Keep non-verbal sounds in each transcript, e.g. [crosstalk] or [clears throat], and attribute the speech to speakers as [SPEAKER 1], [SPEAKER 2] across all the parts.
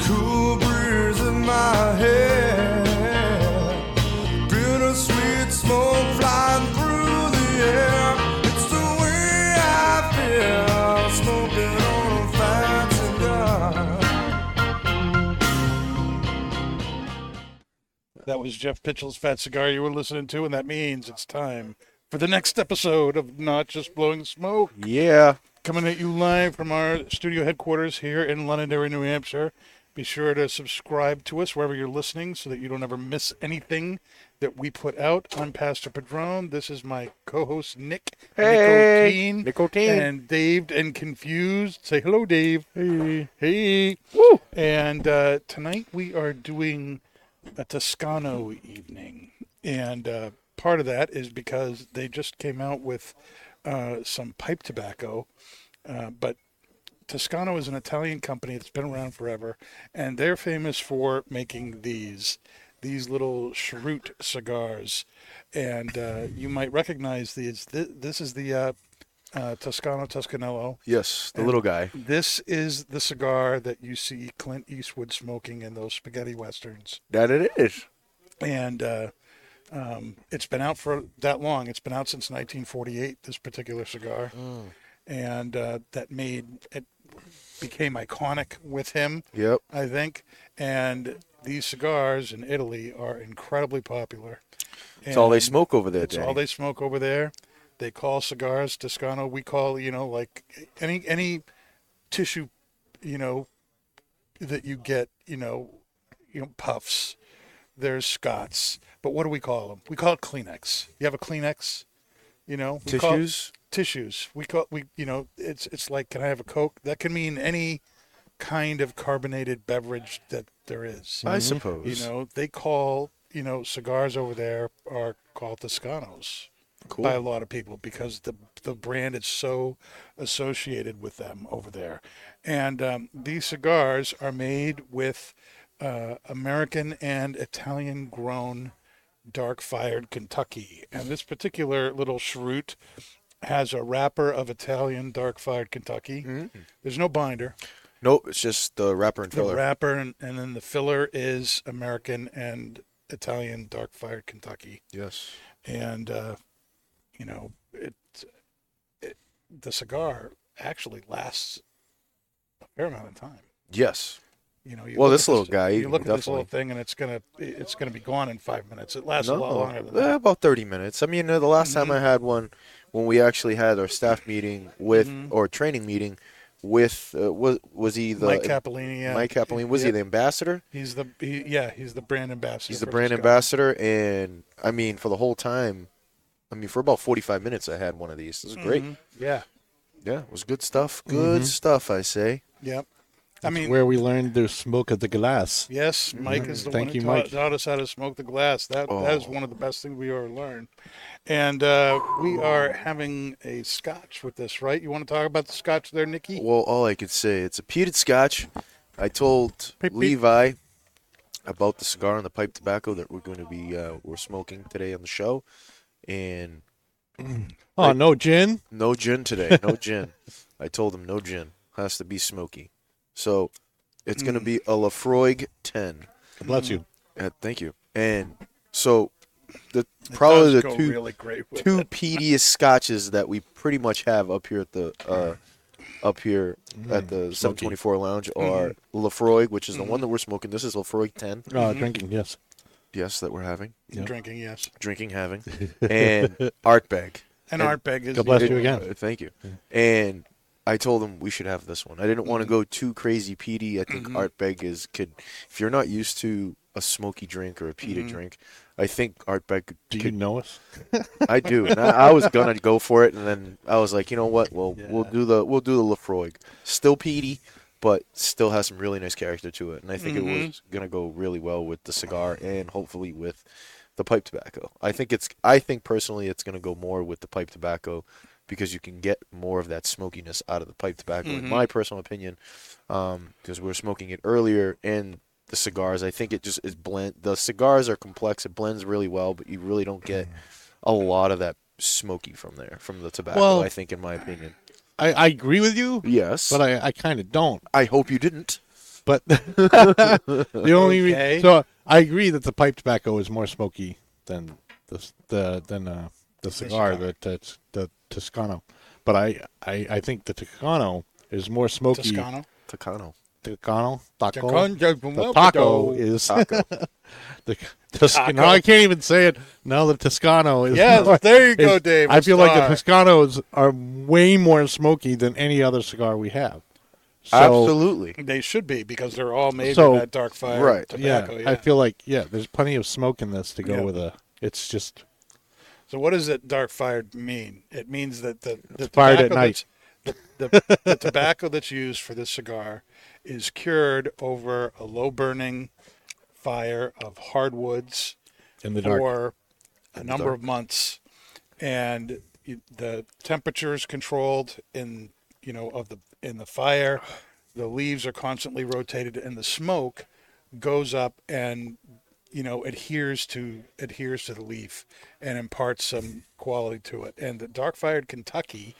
[SPEAKER 1] Cool breeze in my hair. Bittersweet smoke flying through the air. It's the way I feel. Smoking on a fine cigar.
[SPEAKER 2] That was Jeff Pitchell's Fat Cigar you were listening to, and that means it's time for the next episode of Not Just Blowing Smoke.
[SPEAKER 3] Yeah.
[SPEAKER 2] Coming at you live from our studio headquarters here in Londonderry, New Hampshire. Be sure to subscribe to us wherever you're listening so that you don't ever miss anything that we put out. I'm Pastor Padron. This is my co host, Nick.
[SPEAKER 3] Hey,
[SPEAKER 2] Nicotine.
[SPEAKER 3] Nicotine.
[SPEAKER 2] And Dave and Confused. Say hello, Dave. Hey. Hey.
[SPEAKER 3] Woo.
[SPEAKER 2] And uh, tonight we are doing a Toscano evening, and uh, part of that is because they just came out with uh, some pipe tobacco, uh, but. Toscano is an Italian company that's been around forever, and they're famous for making these these little cheroot cigars. And uh, you might recognize these. This, this is the uh, uh, Toscano Toscanello.
[SPEAKER 3] Yes, the little guy.
[SPEAKER 2] This is the cigar that you see Clint Eastwood smoking in those spaghetti westerns
[SPEAKER 3] That it is.
[SPEAKER 2] and uh, um, it's been out for that long. It's been out since 1948. This particular cigar,
[SPEAKER 3] Mm.
[SPEAKER 2] and uh, that made it became iconic with him.
[SPEAKER 3] Yep.
[SPEAKER 2] I think, and these cigars in Italy are incredibly popular.
[SPEAKER 3] It's all they
[SPEAKER 2] And
[SPEAKER 3] smoke over there,
[SPEAKER 2] It's all
[SPEAKER 3] Danny.
[SPEAKER 2] they smoke over there. They call cigars Toscano. We call you know like any any tissue, you know, that you get you know, you know puffs. There's Scots, but what do we call them? We call it Kleenex. You have a Kleenex, you know. We call it-
[SPEAKER 3] Tissues?
[SPEAKER 2] tissues. We call we you know it's it's like can I have a Coke? That can mean any kind of carbonated beverage that there is.
[SPEAKER 3] I suppose.
[SPEAKER 2] You know, they call, you know, cigars over there are called Toscanos by a lot of people because the the brand is so associated with them over there. And um, these cigars are made with uh, American and Italian grown dark fired Kentucky. And this particular little cheroot has a wrapper of Italian dark fired Kentucky. There's no binder
[SPEAKER 3] Nope, it's just the wrapper and
[SPEAKER 2] the
[SPEAKER 3] filler.
[SPEAKER 2] wrapper and, and then the filler is American and Italian dark fired Kentucky.
[SPEAKER 3] yes.
[SPEAKER 2] And uh, you know, it, it the cigar actually lasts a fair amount of time.
[SPEAKER 3] Yes.
[SPEAKER 2] You know, you
[SPEAKER 3] Well,
[SPEAKER 2] look
[SPEAKER 3] this
[SPEAKER 2] at
[SPEAKER 3] little guy,
[SPEAKER 2] you look at this
[SPEAKER 3] definitely.
[SPEAKER 2] little thing, and it's gonna it's gonna be gone in five minutes. It lasts a lot
[SPEAKER 3] No.
[SPEAKER 2] longer than
[SPEAKER 3] eh,
[SPEAKER 2] that. Mm-hmm.
[SPEAKER 3] about 30 minutes. I mean, uh, the last time I had one when we actually had our staff meeting with
[SPEAKER 2] Mm-hmm.
[SPEAKER 3] or training meeting with uh, was was he the
[SPEAKER 2] Mike Capolini, yeah,
[SPEAKER 3] Mike Capolini was he the ambassador?
[SPEAKER 2] He's the he, yeah, he's the brand ambassador.
[SPEAKER 3] He's the
[SPEAKER 2] for
[SPEAKER 3] brand
[SPEAKER 2] Toscano.
[SPEAKER 3] ambassador, and I mean, for the whole time, I mean, for about forty-five minutes, I had one of these. This is
[SPEAKER 2] Mm-hmm.
[SPEAKER 3] great.
[SPEAKER 2] Yeah,
[SPEAKER 3] Yeah, it was good stuff. Good
[SPEAKER 2] Mm-hmm.
[SPEAKER 3] stuff, I say.
[SPEAKER 2] yep. I mean,
[SPEAKER 4] where we learned there's smoke at the glass.
[SPEAKER 2] Yes, Mike is the
[SPEAKER 4] Mm-hmm. Thank
[SPEAKER 2] one
[SPEAKER 4] you,
[SPEAKER 2] who
[SPEAKER 4] Mike. Oh.
[SPEAKER 2] taught, taught us how to smoke the glass. That that is one of the best things we ever learned. And uh, we are having a scotch with this, right? You want to talk about the scotch there, Nikki?
[SPEAKER 3] Well, all I could say, it's a peated scotch. I told
[SPEAKER 2] Peep, peep.
[SPEAKER 3] Levi about the cigar and the pipe tobacco that we're going to be uh, we're smoking today on the show, and
[SPEAKER 4] Oh no, gin.
[SPEAKER 3] no gin today.
[SPEAKER 2] [laughs]
[SPEAKER 3] No gin. I told him no gin has to be smoky. So it's going to
[SPEAKER 2] Mm.
[SPEAKER 3] be a Lafroig ten.
[SPEAKER 4] Bless you.
[SPEAKER 3] Uh, thank you. And so the probably
[SPEAKER 2] Does
[SPEAKER 3] the
[SPEAKER 2] go
[SPEAKER 3] two
[SPEAKER 2] really great with
[SPEAKER 3] two peatiest scotches that we pretty much have up here at the uh, up here at the 724 Lounge are Lafroig, which is the one that we're smoking. This is Lafroig 10.
[SPEAKER 4] Uh, Drinking, yes.
[SPEAKER 3] Yes, that we're having,
[SPEAKER 4] Yeah.
[SPEAKER 2] drinking. Yes,
[SPEAKER 3] drinking, having, [laughs] and [laughs] Artbag.
[SPEAKER 2] and Artbeg is
[SPEAKER 4] God bless
[SPEAKER 2] the-
[SPEAKER 4] you again.
[SPEAKER 3] Uh, Thank you. And I told him we should have this one. I didn't want to go too crazy peaty. I think Artbeg is could if you're not used to a smoky drink or a peated drink, I think Artbeg could
[SPEAKER 4] Do you know us?
[SPEAKER 3] I do, and I, I was gonna go for it, and then I was like, you know what? Well, we'll
[SPEAKER 4] Yeah.
[SPEAKER 3] do the we'll do the Lafroig. Still peaty, but still has some really nice character to it. And I think it
[SPEAKER 2] Mhm.
[SPEAKER 3] was gonna go really well with the cigar and hopefully with the pipe tobacco. I think it's I think personally it's gonna go more with the pipe tobacco because you can get more of that smokiness out of the pipe tobacco, in
[SPEAKER 2] Mhm.
[SPEAKER 3] my personal opinion, because um, we were smoking it earlier and the cigars. I think it just is blend. The cigars are complex; it blends really well, but you really don't get a lot of that smoky from there from the tobacco.
[SPEAKER 4] Well-
[SPEAKER 3] I think, in my opinion,
[SPEAKER 4] I, I agree with you,
[SPEAKER 3] yes,
[SPEAKER 4] but I, I kind of don't.
[SPEAKER 3] I hope you didn't.
[SPEAKER 4] But [laughs] the only re-
[SPEAKER 2] Okay.
[SPEAKER 4] so I agree that the pipe tobacco is more smoky than the s- the than uh, the cigar,
[SPEAKER 2] cigar.
[SPEAKER 4] the, the the Toscano. But I, I I think the Toscano is more smoky.
[SPEAKER 2] Toscano.
[SPEAKER 3] Tacano.
[SPEAKER 4] Toscano taco. The taco
[SPEAKER 2] Taco.
[SPEAKER 4] is [laughs] the Toscano. I can't even say it now. The Toscano is more-
[SPEAKER 2] Yes, there you go,
[SPEAKER 4] is-
[SPEAKER 2] Dave.
[SPEAKER 4] I feel like the
[SPEAKER 2] Star.
[SPEAKER 4] Toscanos are way more smoky than any other cigar we have. So,
[SPEAKER 3] Absolutely.
[SPEAKER 2] They should be because they're all made
[SPEAKER 4] So-
[SPEAKER 2] with that dark fire
[SPEAKER 3] right,
[SPEAKER 4] Yeah,
[SPEAKER 2] tobacco.
[SPEAKER 4] I feel like yeah, there's plenty of smoke in this to go
[SPEAKER 2] Yeah.
[SPEAKER 4] with a. It's just
[SPEAKER 2] So what does that dark fired mean? It means that the, the
[SPEAKER 4] fired at
[SPEAKER 2] tobacco
[SPEAKER 4] night.
[SPEAKER 2] that's- The, the,
[SPEAKER 4] [laughs]
[SPEAKER 2] the tobacco that's used for this cigar is cured over a low burning fire of hardwoods
[SPEAKER 4] in the dark.
[SPEAKER 2] for a
[SPEAKER 3] the
[SPEAKER 2] number
[SPEAKER 3] dark.
[SPEAKER 2] of months, and you- the temperature is controlled in you know of the in the fire. The leaves are constantly rotated, and the smoke goes up and you know adheres to adheres to the leaf and imparts some quality to it. And the dark fired Kentucky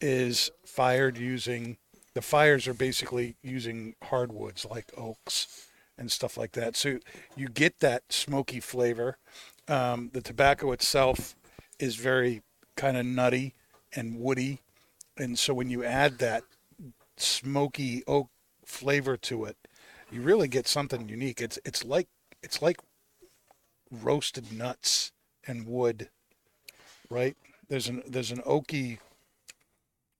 [SPEAKER 2] is fired using the fires are basically using hardwoods like oaks and stuff like that. So you get that smoky flavor. Um, the tobacco itself is very kind of nutty and woody, and so when you add that smoky oak flavor to it, you really get something unique. It's it's like it's like roasted nuts and wood, right? There's an there's an oaky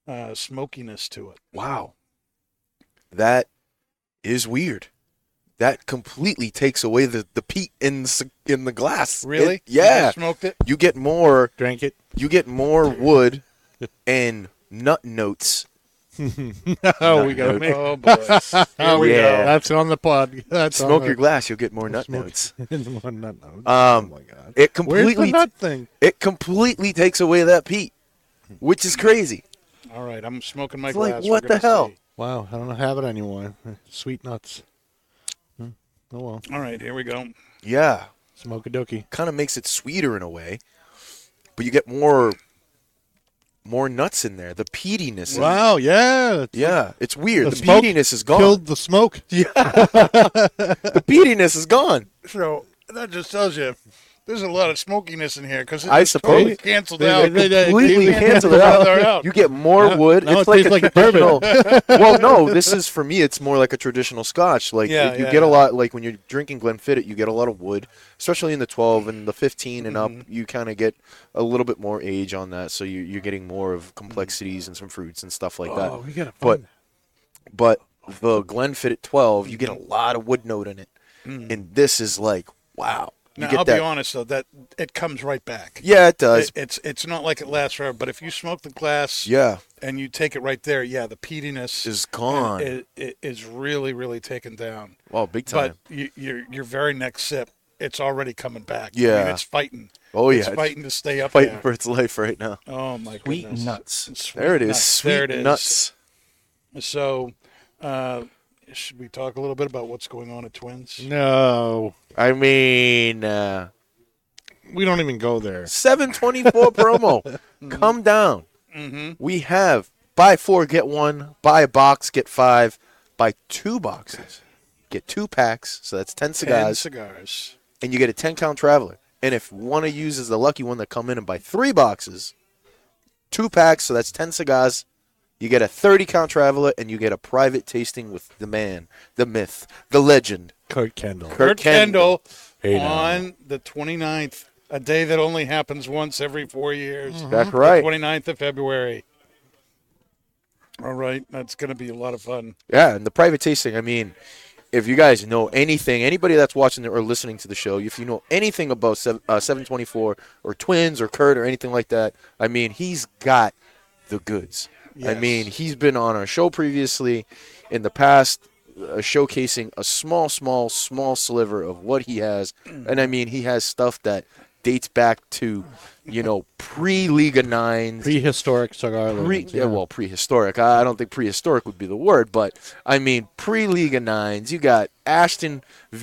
[SPEAKER 2] uh, smokiness to it.
[SPEAKER 3] Wow. That is weird. That completely takes away the, the peat in the, c- in the glass. It-
[SPEAKER 2] Really? You guys
[SPEAKER 3] yeah.
[SPEAKER 2] smoked it.
[SPEAKER 3] You get more
[SPEAKER 4] Drank it. [laughs]
[SPEAKER 3] you get more wood and nut notes.
[SPEAKER 4] Oh,
[SPEAKER 3] Nut
[SPEAKER 4] we got
[SPEAKER 3] notes.
[SPEAKER 4] it.
[SPEAKER 2] Oh
[SPEAKER 4] [laughs]
[SPEAKER 2] boy.
[SPEAKER 4] Oh,
[SPEAKER 3] we go.
[SPEAKER 4] That's on the pod. [laughs] That's
[SPEAKER 3] Smoke
[SPEAKER 4] on
[SPEAKER 3] your glass, you'll get more nut
[SPEAKER 4] Smoke- [laughs]
[SPEAKER 3] notes.
[SPEAKER 4] the, One nut note. oh
[SPEAKER 3] Um,
[SPEAKER 4] my god.
[SPEAKER 3] It
[SPEAKER 4] Where's the
[SPEAKER 3] completely
[SPEAKER 4] nut thing?
[SPEAKER 3] it completely takes away that peat, which is crazy.
[SPEAKER 2] All right, I'm smoking my
[SPEAKER 3] It's like,
[SPEAKER 2] glass.
[SPEAKER 3] what
[SPEAKER 2] We're gonna
[SPEAKER 3] the hell?
[SPEAKER 2] see.
[SPEAKER 4] Wow, I don't have it anymore. [laughs] Sweet nuts. Hmm. Oh well,
[SPEAKER 2] All right, here we go.
[SPEAKER 3] Yeah.
[SPEAKER 4] smoke a dokie.
[SPEAKER 3] kind of makes it sweeter in a way, but you get more more nuts in there. The peatiness. is-
[SPEAKER 4] Wow, yeah, it's-
[SPEAKER 3] Yeah, it's weird.
[SPEAKER 4] The
[SPEAKER 3] The,
[SPEAKER 4] smoke
[SPEAKER 3] peatiness is gone.
[SPEAKER 4] killed the [laughs] smoke.
[SPEAKER 3] The peatiness is gone.
[SPEAKER 2] So that just tells you there's a lot of smokiness in here because
[SPEAKER 3] I suppose.
[SPEAKER 2] totally canceled
[SPEAKER 4] They-
[SPEAKER 2] out.
[SPEAKER 4] they- they-
[SPEAKER 3] Completely
[SPEAKER 4] Yeah,
[SPEAKER 3] canceled it
[SPEAKER 2] yeah,
[SPEAKER 3] out.
[SPEAKER 2] they're out.
[SPEAKER 3] You get more wood.
[SPEAKER 4] now
[SPEAKER 3] it's
[SPEAKER 4] it
[SPEAKER 3] like a
[SPEAKER 4] tastes like bourbon.
[SPEAKER 3] traditional.
[SPEAKER 2] [laughs]
[SPEAKER 3] well, no, this is for me. It's more like a traditional Scotch. Like
[SPEAKER 2] Yeah,
[SPEAKER 3] you
[SPEAKER 2] yeah,
[SPEAKER 3] get a
[SPEAKER 2] yeah.
[SPEAKER 3] lot. Like when you're drinking Glenfiddich, you get a lot of wood, especially in the 12 and the 15 and up.
[SPEAKER 2] Mm-hmm.
[SPEAKER 3] You kind of get a little bit more age on that, so you, you're getting more of complexities and some fruits and stuff like
[SPEAKER 2] Oh.
[SPEAKER 3] that.
[SPEAKER 4] Oh, we gotta
[SPEAKER 3] but but the Glenfiddich 12, you get a lot of wood note in it, and this is like
[SPEAKER 2] Mm.
[SPEAKER 3] wow. You
[SPEAKER 2] Now,
[SPEAKER 3] get
[SPEAKER 2] I'll
[SPEAKER 3] that.
[SPEAKER 2] be honest though, that it comes right back.
[SPEAKER 3] Yeah, it does.
[SPEAKER 2] It- it's it's not like it lasts forever, but if you smoke the glass
[SPEAKER 3] yeah,
[SPEAKER 2] and you take it right there, yeah, the peatiness
[SPEAKER 3] is gone.
[SPEAKER 2] is, is, is really really taken down.
[SPEAKER 3] oh, big time.
[SPEAKER 2] But you, your your very next sip, it's already coming back. I mean,
[SPEAKER 3] Yeah.
[SPEAKER 2] it's fighting.
[SPEAKER 3] oh yeah,
[SPEAKER 2] it's
[SPEAKER 3] it's
[SPEAKER 2] fighting to stay up
[SPEAKER 3] fighting
[SPEAKER 2] there.
[SPEAKER 3] for its life right now.
[SPEAKER 2] oh my
[SPEAKER 5] Sweet
[SPEAKER 2] goodness.
[SPEAKER 5] nuts.
[SPEAKER 2] Sweet
[SPEAKER 3] There it is.
[SPEAKER 2] nuts.
[SPEAKER 3] Sweet
[SPEAKER 2] there it is.
[SPEAKER 3] nuts.
[SPEAKER 2] So, uh, should we talk a little bit about what's going on at Twins?
[SPEAKER 4] no,
[SPEAKER 3] I mean, uh,
[SPEAKER 4] we don't even go there.
[SPEAKER 3] [laughs] 724 promo. Come down.
[SPEAKER 2] Mm-hmm.
[SPEAKER 3] We have buy four get one, buy a box get five, buy two boxes, get two packs. So that's ten
[SPEAKER 2] Ten
[SPEAKER 3] cigars.
[SPEAKER 2] cigars.
[SPEAKER 3] and you get a 10 count traveler. And if one of you is the lucky one to come in and buy three boxes, two packs, so that's 10 cigars, you get a 30 count traveler and you get a private tasting with the man, the myth, the legend,
[SPEAKER 4] Kurt Kendall.
[SPEAKER 2] Kurt Kendall
[SPEAKER 4] Hey, now.
[SPEAKER 2] on the 29th, a day that only happens once every four years.
[SPEAKER 3] That's
[SPEAKER 2] The
[SPEAKER 3] right.
[SPEAKER 2] 29th of February. All right, that's going to be a lot of fun.
[SPEAKER 3] Yeah, and the private tasting, I mean, if you guys know anything, anybody that's watching or listening to the show, if you know anything about seven, uh, 724 or Twins or Kurt or anything like that, I mean, he's got the goods. I
[SPEAKER 2] Yes.
[SPEAKER 3] mean, he's been on our show previously. in the past uh, showcasing a small, small, small sliver of what he has.
[SPEAKER 2] Mm.
[SPEAKER 3] And I mean, he has stuff that dates back to, you know, pre Liga 9.
[SPEAKER 4] Prehistoric cigar.
[SPEAKER 3] Pre,
[SPEAKER 4] loads,
[SPEAKER 3] yeah, well, prehistoric. I I don't think prehistoric would be the word, but I mean pre Liga Nines. You got Ashton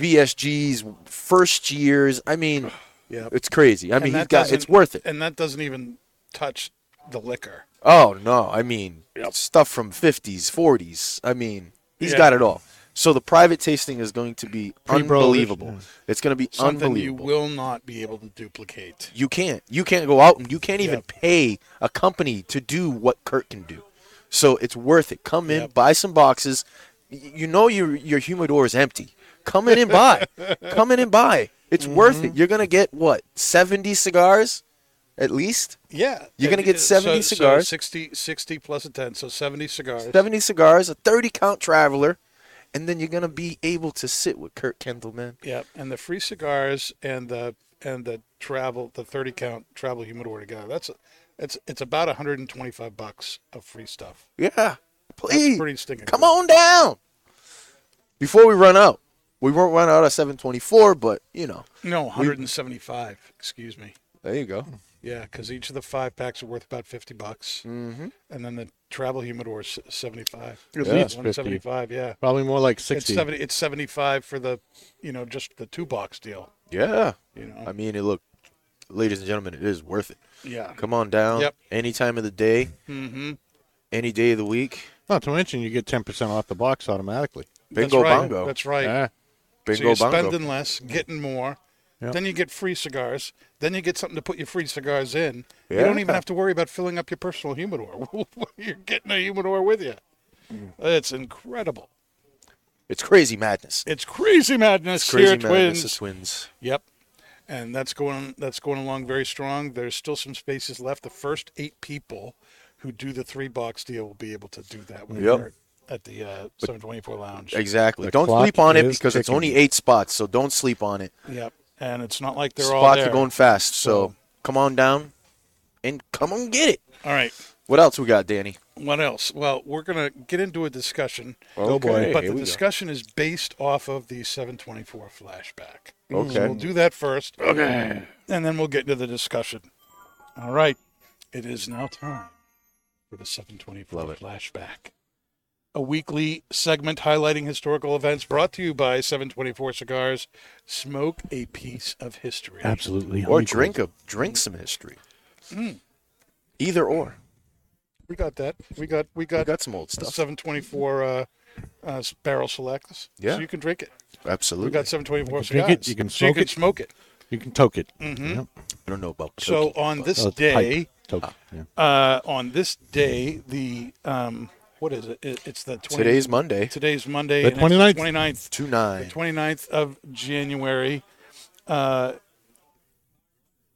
[SPEAKER 3] VSG's first years. I mean,
[SPEAKER 2] [sighs] Yep.
[SPEAKER 3] it's crazy. I
[SPEAKER 2] And
[SPEAKER 3] mean, he's
[SPEAKER 2] that
[SPEAKER 3] got
[SPEAKER 2] doesn't-
[SPEAKER 3] it's worth it.
[SPEAKER 2] And that doesn't even touch the liquor.
[SPEAKER 3] Oh no, I mean stuff from fifties, forties. I mean, he's
[SPEAKER 2] Yeah.
[SPEAKER 3] got it all. So the private tasting is going to be
[SPEAKER 4] Pre-broiled,
[SPEAKER 3] unbelievable.
[SPEAKER 4] yeah.
[SPEAKER 3] It's going to be
[SPEAKER 2] Something you
[SPEAKER 3] unbelievable.
[SPEAKER 2] will not be able to duplicate.
[SPEAKER 3] You can't. You can't go out and you can't even
[SPEAKER 2] Yep.
[SPEAKER 3] pay a company to do what Kurt can do. So it's worth it. Come in,
[SPEAKER 2] Yep.
[SPEAKER 3] buy some boxes. Y- You know your your humidor is empty. Come in
[SPEAKER 2] [laughs]
[SPEAKER 3] and buy. Come in and buy. It's worth
[SPEAKER 2] Mm-hmm.
[SPEAKER 3] it. You're gonna get what seventy cigars, at least
[SPEAKER 2] Yeah.
[SPEAKER 3] You're gonna
[SPEAKER 2] And,
[SPEAKER 3] get
[SPEAKER 2] uh,
[SPEAKER 3] 70
[SPEAKER 2] so,
[SPEAKER 3] cigars.
[SPEAKER 2] So 60, 60 plus a 10, so 70 cigars.
[SPEAKER 3] seventy cigars, a thirty count traveler, and then you're gonna be able to sit with Kurt Kendall, man.
[SPEAKER 2] Yep, and the free cigars and the and the travel the thirty count travel humidor together. That's it's it's about hundred and twenty five bucks of free stuff.
[SPEAKER 3] Yeah, please.
[SPEAKER 2] pretty stinking
[SPEAKER 3] Come
[SPEAKER 2] good.
[SPEAKER 3] on down. Before we run out, we won't run out at 724, but you know.
[SPEAKER 2] No, one hundred and seventy five. Excuse me.
[SPEAKER 3] There you go.
[SPEAKER 2] Yeah, because each of the five packs are worth about fifty bucks,
[SPEAKER 3] Mm.
[SPEAKER 2] mm-hmm. and then the travel humidor is seventy five.
[SPEAKER 4] At least 50.
[SPEAKER 2] one seventy five. Yeah,
[SPEAKER 4] Probably more like
[SPEAKER 2] it's
[SPEAKER 4] 60.
[SPEAKER 2] seventy. It's seventy five for the you know just the two box deal.
[SPEAKER 3] Yeah.
[SPEAKER 2] You know.
[SPEAKER 3] I mean, it look, ladies and gentlemen, it is worth it.
[SPEAKER 2] yeah.
[SPEAKER 3] Come on down.
[SPEAKER 2] Yep.
[SPEAKER 3] Any time of the day,
[SPEAKER 2] Mm-hmm.
[SPEAKER 3] any day of the week.
[SPEAKER 4] Not to mention you get 10% off the box automatically.
[SPEAKER 3] Bingo
[SPEAKER 2] That's right.
[SPEAKER 3] bongo.
[SPEAKER 2] That's right.
[SPEAKER 4] Yeah.
[SPEAKER 3] Bingo
[SPEAKER 2] so you're
[SPEAKER 3] bongo.
[SPEAKER 2] spending less, getting more.
[SPEAKER 4] Yep.
[SPEAKER 2] Then you get free cigars. Then you get something to put your free cigars in. You don't even
[SPEAKER 3] Yeah.
[SPEAKER 2] have to worry about filling up your personal humidor. [laughs] you're getting a humidor with you. It's incredible.
[SPEAKER 3] It's crazy madness.
[SPEAKER 2] It's crazy madness here,
[SPEAKER 3] Crazy madness
[SPEAKER 2] twins.
[SPEAKER 3] of twins.
[SPEAKER 2] Yep. And that's going that's going along very strong. There's still some spaces left. The first eight people who do the three box deal will be able to do that when
[SPEAKER 3] Yep.
[SPEAKER 2] you're at the uh, 724 Lounge.
[SPEAKER 3] Exactly.
[SPEAKER 4] The
[SPEAKER 3] don't
[SPEAKER 4] clock
[SPEAKER 3] sleep on it
[SPEAKER 4] is
[SPEAKER 3] because it's
[SPEAKER 4] ticking.
[SPEAKER 3] only eight spots, so don't sleep on it.
[SPEAKER 2] Yep. And it's not like they're all
[SPEAKER 3] spots
[SPEAKER 2] there.
[SPEAKER 3] are going fast, so,
[SPEAKER 2] So-
[SPEAKER 3] come on down and come on get it.
[SPEAKER 2] all right.
[SPEAKER 3] What else we got, Danny?
[SPEAKER 2] What else? Well, we're going to get into a discussion.
[SPEAKER 4] Oh, boy. Okay,
[SPEAKER 2] but the discussion is based off of the 724 flashback.
[SPEAKER 3] Okay.
[SPEAKER 2] We'll do that first. Okay. And then we'll get into the discussion. All right. It is now time for the 724
[SPEAKER 3] Love it.
[SPEAKER 2] flashback. A weekly segment highlighting historical events brought to you by 724 Cigars. Smoke a piece of history.
[SPEAKER 4] Absolutely.
[SPEAKER 3] Or drink a drink some history. Either or.
[SPEAKER 2] Hmm, We got that. We got we
[SPEAKER 3] We
[SPEAKER 2] got,
[SPEAKER 3] got some old stuff.
[SPEAKER 2] 724 uh, uh, barrel selects.
[SPEAKER 3] Yeah.
[SPEAKER 2] So you can drink it.
[SPEAKER 3] Absolutely.
[SPEAKER 2] We got 724
[SPEAKER 4] You can drink
[SPEAKER 2] cigars.
[SPEAKER 4] it, you can
[SPEAKER 2] so you
[SPEAKER 4] smoke
[SPEAKER 2] can
[SPEAKER 4] it.
[SPEAKER 2] smoke it.
[SPEAKER 4] You can toke it. Yep.
[SPEAKER 3] I don't know about
[SPEAKER 2] So
[SPEAKER 3] turkey,
[SPEAKER 2] on
[SPEAKER 3] but-
[SPEAKER 2] this
[SPEAKER 4] Oh, it's
[SPEAKER 2] day,
[SPEAKER 4] pipe. Toke. Yeah.
[SPEAKER 2] uh, on this day, the um, what is it? It- It's the 20,
[SPEAKER 3] today's Monday.
[SPEAKER 2] today's Monday,
[SPEAKER 4] The
[SPEAKER 2] and it's
[SPEAKER 4] 29th.
[SPEAKER 2] 29th,
[SPEAKER 3] Two nine.
[SPEAKER 2] 29th of January. Uh,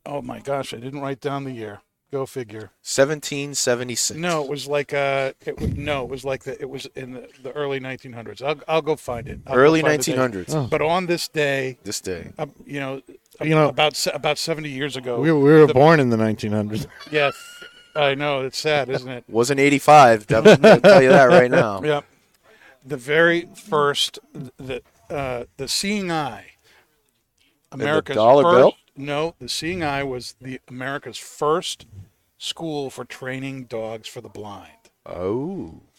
[SPEAKER 2] oh my gosh, I didn't write down the year. Go figure.
[SPEAKER 3] 1776.
[SPEAKER 2] No, it was like uh, it was no, it was like the it was in the, the early 1900s. I'll I'll go find it. I'll go
[SPEAKER 3] Early
[SPEAKER 2] find the date.
[SPEAKER 3] 1900s.
[SPEAKER 4] Oh.
[SPEAKER 2] But on this day,
[SPEAKER 3] This day.
[SPEAKER 2] uh, you know,
[SPEAKER 4] You know-
[SPEAKER 2] about se- about 70 years ago.
[SPEAKER 4] We, we were
[SPEAKER 2] the-
[SPEAKER 4] born in the 1900s.
[SPEAKER 2] Yes, I know. It's sad, isn't it?
[SPEAKER 3] Wasn't 85. I'm going to tell you that
[SPEAKER 2] [laughs]
[SPEAKER 3] right now.
[SPEAKER 2] Yep. The very first, the uh, the seeing eye. America's
[SPEAKER 3] dollar
[SPEAKER 2] first,
[SPEAKER 3] bill?
[SPEAKER 2] No, the seeing eye was the America's first school for training dogs for the blind.
[SPEAKER 3] Oh.
[SPEAKER 4] [laughs]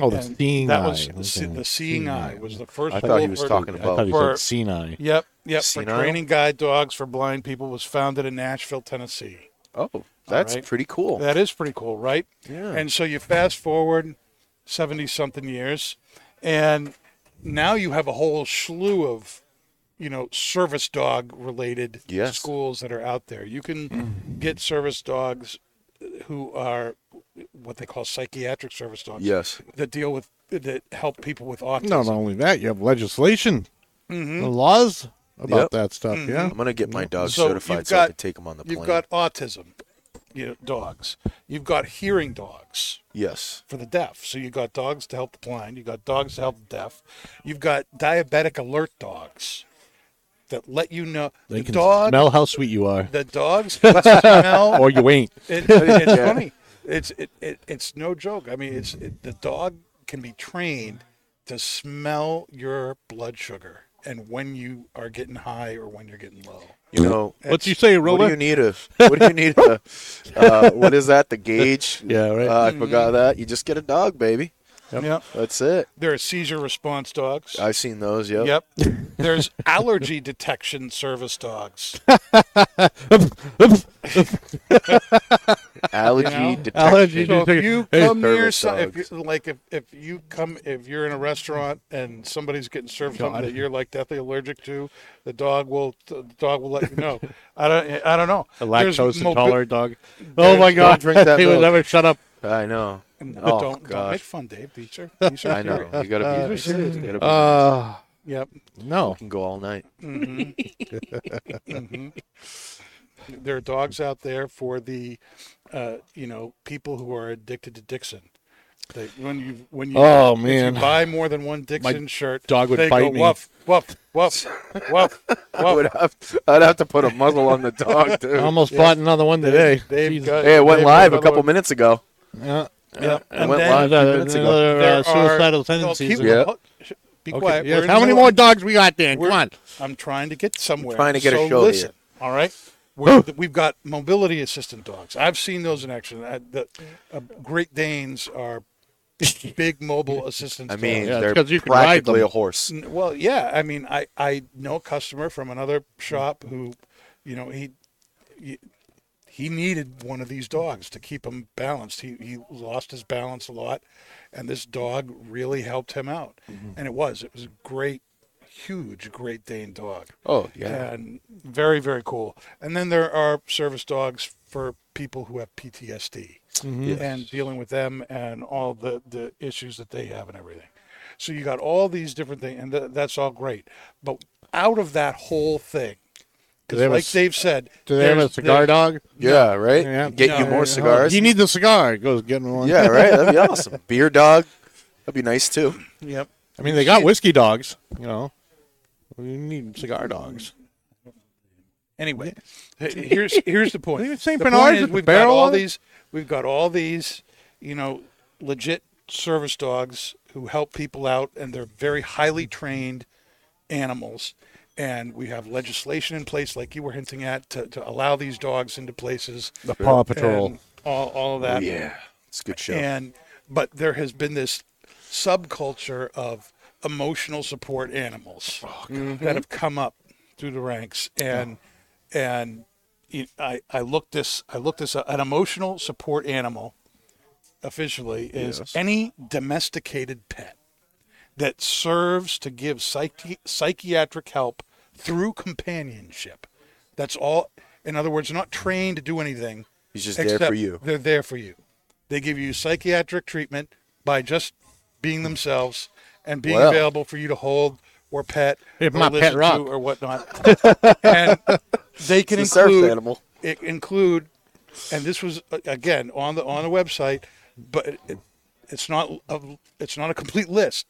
[SPEAKER 4] Oh, the
[SPEAKER 2] And
[SPEAKER 4] seeing
[SPEAKER 2] that
[SPEAKER 4] eye.
[SPEAKER 2] was the se-
[SPEAKER 4] Okay.
[SPEAKER 2] the seeing eye was the first.
[SPEAKER 3] I
[SPEAKER 2] school
[SPEAKER 3] thought he was
[SPEAKER 2] for-
[SPEAKER 3] talking
[SPEAKER 4] I thought
[SPEAKER 3] about.
[SPEAKER 4] he
[SPEAKER 2] For-
[SPEAKER 4] said seeing eye.
[SPEAKER 2] Yep, yep. For
[SPEAKER 3] Senile?
[SPEAKER 2] training guide dogs for blind people was founded in Nashville, Tennessee.
[SPEAKER 3] Oh, that's
[SPEAKER 2] Alright.
[SPEAKER 3] pretty cool.
[SPEAKER 2] That is pretty cool, right?
[SPEAKER 3] Yeah.
[SPEAKER 2] And so you fast forward 70 something years, and now you have a whole slew of, you know, service dog related
[SPEAKER 3] Yes.
[SPEAKER 2] schools that are out there. You can get service dogs who are what they call psychiatric service dogs
[SPEAKER 3] yes.
[SPEAKER 2] that deal with, that help people with autism.
[SPEAKER 4] Not only that, you have legislation,
[SPEAKER 2] Mm-hmm.
[SPEAKER 4] the laws about
[SPEAKER 3] Yep.
[SPEAKER 4] that stuff. Yeah.
[SPEAKER 3] I'm going to get my dog
[SPEAKER 2] So
[SPEAKER 3] certified
[SPEAKER 2] you've
[SPEAKER 3] so I
[SPEAKER 2] got-
[SPEAKER 3] can take him on the plane.
[SPEAKER 2] You've got autism you know, dogs, you've got hearing dogs.
[SPEAKER 3] yes.
[SPEAKER 2] for the deaf. So you got dogs to help the blind, you got dogs to help the deaf, you've got diabetic alert dogs that let you know
[SPEAKER 4] They
[SPEAKER 2] the
[SPEAKER 4] can
[SPEAKER 2] dog
[SPEAKER 4] smell how sweet you are,
[SPEAKER 2] the dogs
[SPEAKER 4] [laughs]
[SPEAKER 2] can smell.
[SPEAKER 4] or you
[SPEAKER 2] [laughs]
[SPEAKER 4] ain't.
[SPEAKER 2] It,
[SPEAKER 4] [laughs]
[SPEAKER 2] it's funny. It's it, it, it's no joke. I mean, it's it, the dog can be trained to smell your blood sugar and when you are getting high or when you're getting low.
[SPEAKER 3] You know,
[SPEAKER 4] What you say,
[SPEAKER 3] what do
[SPEAKER 4] Roller?
[SPEAKER 3] you need a? What do you
[SPEAKER 2] [laughs]
[SPEAKER 3] need a? Uh, what is that? The gauge?
[SPEAKER 4] [laughs] Yeah, right.
[SPEAKER 3] Uh, I forgot that. You just get a dog, baby.
[SPEAKER 2] Yep.
[SPEAKER 3] That's it.
[SPEAKER 2] There are seizure response dogs.
[SPEAKER 3] I've seen those. Yep.
[SPEAKER 2] Yep.
[SPEAKER 4] [laughs]
[SPEAKER 2] There's allergy detection service dogs.
[SPEAKER 3] Allergy
[SPEAKER 2] You know?
[SPEAKER 3] detection.
[SPEAKER 4] Allergy
[SPEAKER 2] So if
[SPEAKER 4] detect-
[SPEAKER 2] you
[SPEAKER 4] Hey,
[SPEAKER 2] come near,
[SPEAKER 3] service
[SPEAKER 2] some, if you,
[SPEAKER 3] dogs.
[SPEAKER 2] like if, if you come if you're in a restaurant and somebody's getting served something that you're like deathly allergic to, the dog will the dog will let you
[SPEAKER 3] [laughs]
[SPEAKER 2] know. I don't I don't know.
[SPEAKER 4] a
[SPEAKER 2] There's
[SPEAKER 4] lactose
[SPEAKER 2] mobi-
[SPEAKER 4] intolerant dog. Oh my God!
[SPEAKER 3] drink that
[SPEAKER 4] [laughs] he would
[SPEAKER 3] milk.
[SPEAKER 4] never shut up.
[SPEAKER 3] I know.
[SPEAKER 2] No,
[SPEAKER 3] oh
[SPEAKER 2] don't, don't make
[SPEAKER 3] gosh.
[SPEAKER 2] fun, Dave. These
[SPEAKER 3] [laughs]
[SPEAKER 2] are these are
[SPEAKER 3] I know.
[SPEAKER 2] serious.
[SPEAKER 3] You gotta be. serious. You gotta be.
[SPEAKER 4] Uh,
[SPEAKER 2] Yep.
[SPEAKER 4] no.
[SPEAKER 3] you can go all night.
[SPEAKER 2] [laughs] there are dogs out there for the uh, you know people who are addicted to Dixon. They, when you when you
[SPEAKER 4] Oh,
[SPEAKER 2] if
[SPEAKER 4] man.
[SPEAKER 2] you buy more than one Dixon shirt,
[SPEAKER 4] dog would
[SPEAKER 2] they
[SPEAKER 4] bite
[SPEAKER 2] go,
[SPEAKER 4] me.
[SPEAKER 2] Woof woof woof
[SPEAKER 4] [laughs]
[SPEAKER 2] woof
[SPEAKER 3] I would
[SPEAKER 2] woof.
[SPEAKER 3] have. [laughs] I'd have to put a muzzle on the dog, dude.
[SPEAKER 4] I almost bought another one today.
[SPEAKER 2] They've
[SPEAKER 4] Jesus.
[SPEAKER 2] got-
[SPEAKER 3] hey, it went
[SPEAKER 2] they've
[SPEAKER 3] live
[SPEAKER 2] got
[SPEAKER 3] a couple
[SPEAKER 2] another-
[SPEAKER 3] minutes ago.
[SPEAKER 4] Yeah.
[SPEAKER 2] Yep. And
[SPEAKER 3] went
[SPEAKER 2] then
[SPEAKER 3] live.
[SPEAKER 4] Another-
[SPEAKER 3] minutes ago.
[SPEAKER 4] another,
[SPEAKER 2] there
[SPEAKER 4] uh,
[SPEAKER 2] are-
[SPEAKER 4] suicidal
[SPEAKER 2] well,
[SPEAKER 4] tendencies.
[SPEAKER 2] keep-
[SPEAKER 4] Okay,
[SPEAKER 3] Yeah.
[SPEAKER 2] sh- Be quiet. We're
[SPEAKER 4] yes.
[SPEAKER 2] in
[SPEAKER 4] How
[SPEAKER 2] the
[SPEAKER 4] many
[SPEAKER 2] middle-
[SPEAKER 4] more dogs we got then?
[SPEAKER 2] we're-
[SPEAKER 4] Come on.
[SPEAKER 2] I'm trying to get somewhere.
[SPEAKER 3] trying to get a
[SPEAKER 2] so
[SPEAKER 3] show
[SPEAKER 2] Listen, all
[SPEAKER 3] [laughs]
[SPEAKER 2] right. We're, we've got mobility assistant dogs. I've seen those in action. I, the uh, Great Danes are [laughs] big mobile assistants.
[SPEAKER 3] I mean,
[SPEAKER 2] dogs.
[SPEAKER 4] Yeah, it's
[SPEAKER 3] they're
[SPEAKER 4] 'cause you can ride
[SPEAKER 3] practically
[SPEAKER 4] them.
[SPEAKER 3] a horse.
[SPEAKER 2] N- Well, yeah. I mean, I I know a customer from another shop who, you know, he he- he needed one of these dogs to keep him balanced. He he lost his balance a lot, and this dog really helped him out.
[SPEAKER 3] Mm-hmm.
[SPEAKER 2] And it was it was a great, huge Great Dane dog
[SPEAKER 3] Oh yeah.
[SPEAKER 2] and very very cool. And then there are service dogs for people who have PTSD
[SPEAKER 4] Mm-hmm.
[SPEAKER 2] and dealing with them and all the the issues that they have and everything. So you got all these different things, and th- that's all great. But out of that whole thing,
[SPEAKER 4] Do
[SPEAKER 2] 'cause
[SPEAKER 4] they have a
[SPEAKER 2] like
[SPEAKER 4] s-
[SPEAKER 2] Dave said,
[SPEAKER 4] Do they have a
[SPEAKER 2] there's-
[SPEAKER 4] cigar
[SPEAKER 2] there's-
[SPEAKER 4] dog?
[SPEAKER 3] Yeah. Right.
[SPEAKER 4] Yeah.
[SPEAKER 3] Get
[SPEAKER 2] No,
[SPEAKER 3] you
[SPEAKER 2] yeah.
[SPEAKER 3] more cigars.
[SPEAKER 4] You need the cigar. It goes getting one.
[SPEAKER 3] Yeah, right. That'd be awesome. Beer dog. That'd be nice too.
[SPEAKER 2] Yep.
[SPEAKER 4] I mean, they got whiskey dogs. You know, we need cigar dogs.
[SPEAKER 2] Anyway, h- here's here's the
[SPEAKER 4] [laughs]
[SPEAKER 2] point.
[SPEAKER 4] Leave it Saint
[SPEAKER 2] the point
[SPEAKER 4] Bernard's
[SPEAKER 2] is
[SPEAKER 4] with the
[SPEAKER 2] we've
[SPEAKER 4] barrel
[SPEAKER 2] got all
[SPEAKER 4] on it?
[SPEAKER 2] these we've got all these, you know, legit service dogs who help people out and they're very highly trained animals. And we have legislation in place, like you were hinting at, to, to allow these dogs into places.
[SPEAKER 4] The Paw Oh,
[SPEAKER 2] and all, all of that.
[SPEAKER 3] Yeah, it's a good show.
[SPEAKER 2] And but there has been this subculture of emotional support animals that have come up through the ranks, and and it- I I looked this I looked this up. an emotional support animal officially is any domesticated pet that serves to give psyche- psychiatric help through companionship. That's all. In other words, they're not trained to do anything.
[SPEAKER 3] He's just there
[SPEAKER 2] except
[SPEAKER 3] for you.
[SPEAKER 2] They're there for you. They give you psychiatric treatment by just being themselves and being
[SPEAKER 3] Wow.
[SPEAKER 2] available for you to hold or pet
[SPEAKER 4] If
[SPEAKER 2] or
[SPEAKER 4] my pet
[SPEAKER 2] listen to
[SPEAKER 4] rock.
[SPEAKER 2] or whatnot.
[SPEAKER 3] [laughs]
[SPEAKER 2] and they can
[SPEAKER 3] It's a surf
[SPEAKER 2] include
[SPEAKER 3] animal.
[SPEAKER 2] It include, and this was uh, again on the on the website, but it, it's not a, it's not a complete list.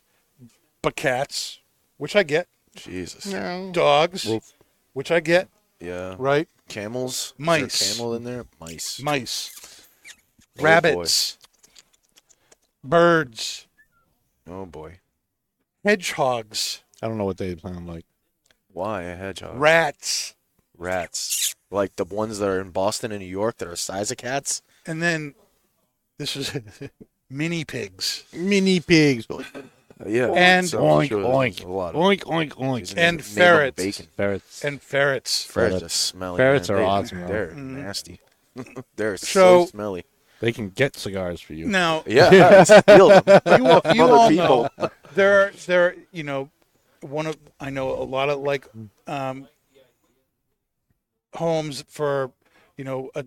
[SPEAKER 2] But cats, which I get,
[SPEAKER 3] Jesus.
[SPEAKER 2] dogs, which I get,
[SPEAKER 3] Yeah.
[SPEAKER 2] right?
[SPEAKER 3] Camels. Is there a
[SPEAKER 2] Mice.
[SPEAKER 3] camel in there. Mice.
[SPEAKER 2] Mice,
[SPEAKER 3] Oh, boy.
[SPEAKER 2] rabbits, birds,
[SPEAKER 3] Oh boy.
[SPEAKER 2] hedgehogs,
[SPEAKER 4] I don't know what they sound like.
[SPEAKER 3] Why a hedgehog?
[SPEAKER 2] rats,
[SPEAKER 3] Rats. Like the ones that are in Boston and New York that are size of cats.
[SPEAKER 2] and then this is [laughs] mini pigs.
[SPEAKER 4] Mini pigs.
[SPEAKER 3] Uh, yeah.
[SPEAKER 2] And
[SPEAKER 3] I'm
[SPEAKER 4] Oink
[SPEAKER 3] sure
[SPEAKER 4] oink.
[SPEAKER 3] there's A lot of
[SPEAKER 4] Oink oink oink.
[SPEAKER 2] And
[SPEAKER 3] Made of
[SPEAKER 2] ferrets.
[SPEAKER 3] Bacon.
[SPEAKER 4] Ferrets.
[SPEAKER 2] and ferrets.
[SPEAKER 3] Ferrets are smelly.
[SPEAKER 4] Ferrets
[SPEAKER 3] man.
[SPEAKER 4] are
[SPEAKER 3] They-
[SPEAKER 4] awesome, though.
[SPEAKER 3] They're nasty. [laughs] they're so,
[SPEAKER 2] Mm-hmm. So-
[SPEAKER 3] smelly.
[SPEAKER 4] They can get cigars for you.
[SPEAKER 2] Now, [laughs]
[SPEAKER 3] Yeah. I steal them.
[SPEAKER 2] you, all- you
[SPEAKER 3] [laughs] Other
[SPEAKER 2] all
[SPEAKER 3] people.
[SPEAKER 2] know there are there are, you know one of I know a lot of like
[SPEAKER 4] Hmm.
[SPEAKER 2] um, homes for you know uh,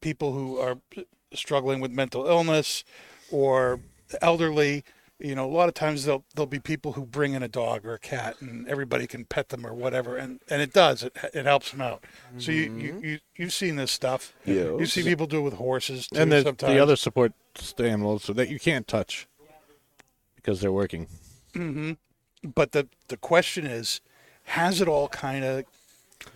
[SPEAKER 2] people who are struggling with mental illness or elderly. You know, a lot of times there'll there'll be people who bring in a dog or a cat, and everybody can pet them or whatever, and, and it does it it helps them out. So you you,
[SPEAKER 4] Mm-hmm.
[SPEAKER 2] you you've seen this stuff.
[SPEAKER 3] Yeah.
[SPEAKER 2] You see people do it with horses too
[SPEAKER 4] and there's
[SPEAKER 2] sometimes.
[SPEAKER 4] the other support animals so that you can't touch because they're working.
[SPEAKER 2] but the the question is, has it all kind of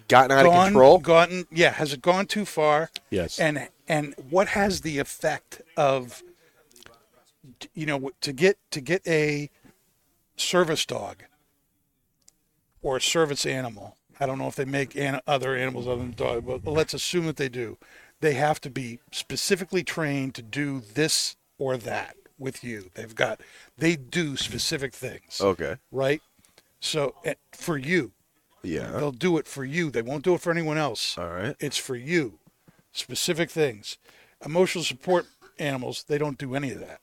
[SPEAKER 3] Gotten out of
[SPEAKER 2] gone,
[SPEAKER 3] control.
[SPEAKER 2] gotten? Yeah, has it gone too far?
[SPEAKER 4] Yes.
[SPEAKER 2] And and what has the effect of, you know, to get to get a service dog or service animal. I don't know if they make an- other animals other than dog, but let's assume that they do. They have to be specifically trained to do this or that with you. They've got, they do specific things,
[SPEAKER 3] Okay.
[SPEAKER 2] right? So eh, for you,
[SPEAKER 3] Yeah.
[SPEAKER 2] they'll do it for you. They won't do it for anyone else.
[SPEAKER 3] All right.
[SPEAKER 2] It's for you, specific things. Emotional support animals, they don't do any of that.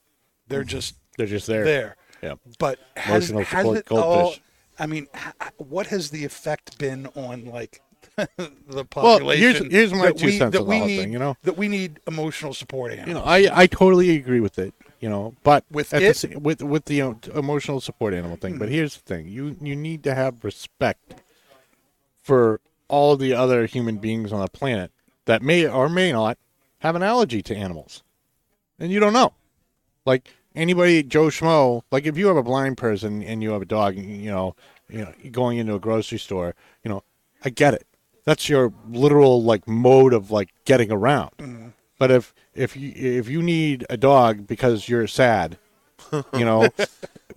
[SPEAKER 2] They're just
[SPEAKER 4] They're just Mm-hmm.
[SPEAKER 2] there.
[SPEAKER 4] there. Yeah.
[SPEAKER 2] But has,
[SPEAKER 4] Emotional
[SPEAKER 2] has
[SPEAKER 4] support
[SPEAKER 2] it all?
[SPEAKER 4] goldfish.
[SPEAKER 2] I mean, h- h- what has the effect been on like [laughs] the
[SPEAKER 4] Well,
[SPEAKER 2] population?
[SPEAKER 4] here's- here's my
[SPEAKER 2] that
[SPEAKER 4] two
[SPEAKER 2] we,
[SPEAKER 4] cents
[SPEAKER 2] that
[SPEAKER 4] on the
[SPEAKER 2] we
[SPEAKER 4] whole
[SPEAKER 2] need,
[SPEAKER 4] thing, you know?
[SPEAKER 2] that we need emotional support animals.
[SPEAKER 4] You know, I, I totally agree with it. You know, but
[SPEAKER 2] With
[SPEAKER 4] at
[SPEAKER 2] it? Hmm.
[SPEAKER 4] the, sa- with with the um, emotional support animal thing. But here's the thing: you you need to have respect for all the other human beings on the planet that may or may not have an allergy to animals, and you don't know. Like anybody, Joe Schmo. Like if you have a blind person and you have a dog, you know, you know, going into a grocery store, you know, I get it. That's your literal like mode of like getting around. But if if you if you need a dog because you're sad, you know,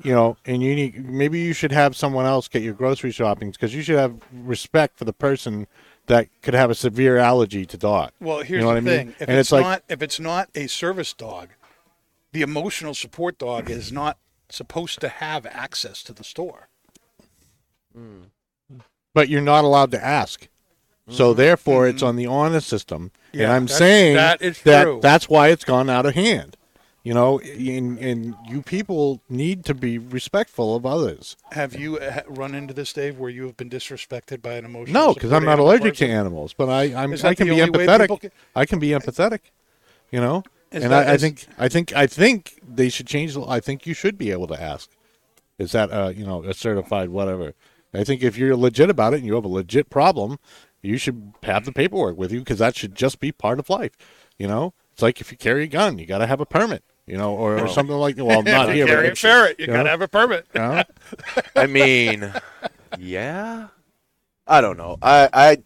[SPEAKER 4] you know, and you need maybe you should have someone else get your grocery shopping because you should have respect for the person that could have a severe allergy to dog.
[SPEAKER 2] Well, here's
[SPEAKER 4] you know
[SPEAKER 2] the
[SPEAKER 4] what I mean?
[SPEAKER 2] thing: if
[SPEAKER 4] and
[SPEAKER 2] it's,
[SPEAKER 4] it's like
[SPEAKER 2] not if it's not a service dog, the emotional support dog is not supposed to have access to the store.
[SPEAKER 4] but you're not allowed to ask. So therefore, it's on the honor system,
[SPEAKER 2] Mm-hmm. Yeah,
[SPEAKER 4] and I'm
[SPEAKER 2] that's-
[SPEAKER 4] saying
[SPEAKER 2] that is true.
[SPEAKER 4] that's why it's gone out of hand. You know, and and you people need to be respectful of others.
[SPEAKER 2] Have you uh, run into this, Dave, where you have been disrespected by an emotional?
[SPEAKER 4] No, because
[SPEAKER 2] support
[SPEAKER 4] I'm not
[SPEAKER 2] animal
[SPEAKER 4] allergic
[SPEAKER 2] person?
[SPEAKER 4] to animals, but I I'm,
[SPEAKER 2] Is that
[SPEAKER 4] I can
[SPEAKER 2] the
[SPEAKER 4] be
[SPEAKER 2] only way people
[SPEAKER 4] empathetic.
[SPEAKER 2] can-
[SPEAKER 4] I can be empathetic, you know.
[SPEAKER 2] Is
[SPEAKER 4] and
[SPEAKER 2] that-
[SPEAKER 4] I, I
[SPEAKER 2] is-
[SPEAKER 4] think I think I think they should change. the I think you should be able to ask. Is that uh you know a certified whatever? I think if you're legit about it and you have a legit problem, you should have the paperwork with you because that should just be part of life. You know, it's like if you carry a gun, you got to have a permit. You know, or, or something
[SPEAKER 3] [laughs]
[SPEAKER 4] like well, not here. but-
[SPEAKER 2] Carry a ferret, you
[SPEAKER 4] you know?
[SPEAKER 2] gotta have a
[SPEAKER 4] [laughs]
[SPEAKER 2] permit.
[SPEAKER 4] You know?
[SPEAKER 3] I mean, yeah. I don't know. I I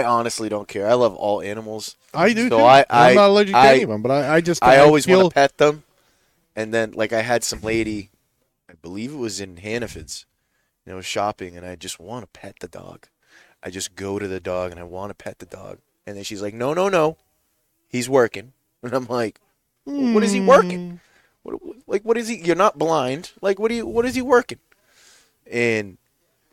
[SPEAKER 3] I honestly don't care. I love all animals.
[SPEAKER 4] I do
[SPEAKER 3] So
[SPEAKER 4] too.
[SPEAKER 3] I- I-
[SPEAKER 4] am not allergic
[SPEAKER 3] I-
[SPEAKER 4] to any of them, but I, I just
[SPEAKER 3] I always
[SPEAKER 4] feel,
[SPEAKER 3] want to pet them. And then, like, I had some lady, I believe it was in Hannaford's, and I was shopping, and I just want to pet the dog. I just go to the dog and I want to pet the dog. And then she's like, no, no, no. He's working. [laughs] And I'm like, "Well, what is he working? What, what- like, what is he? You're not blind. Like, what do you, what is he working? And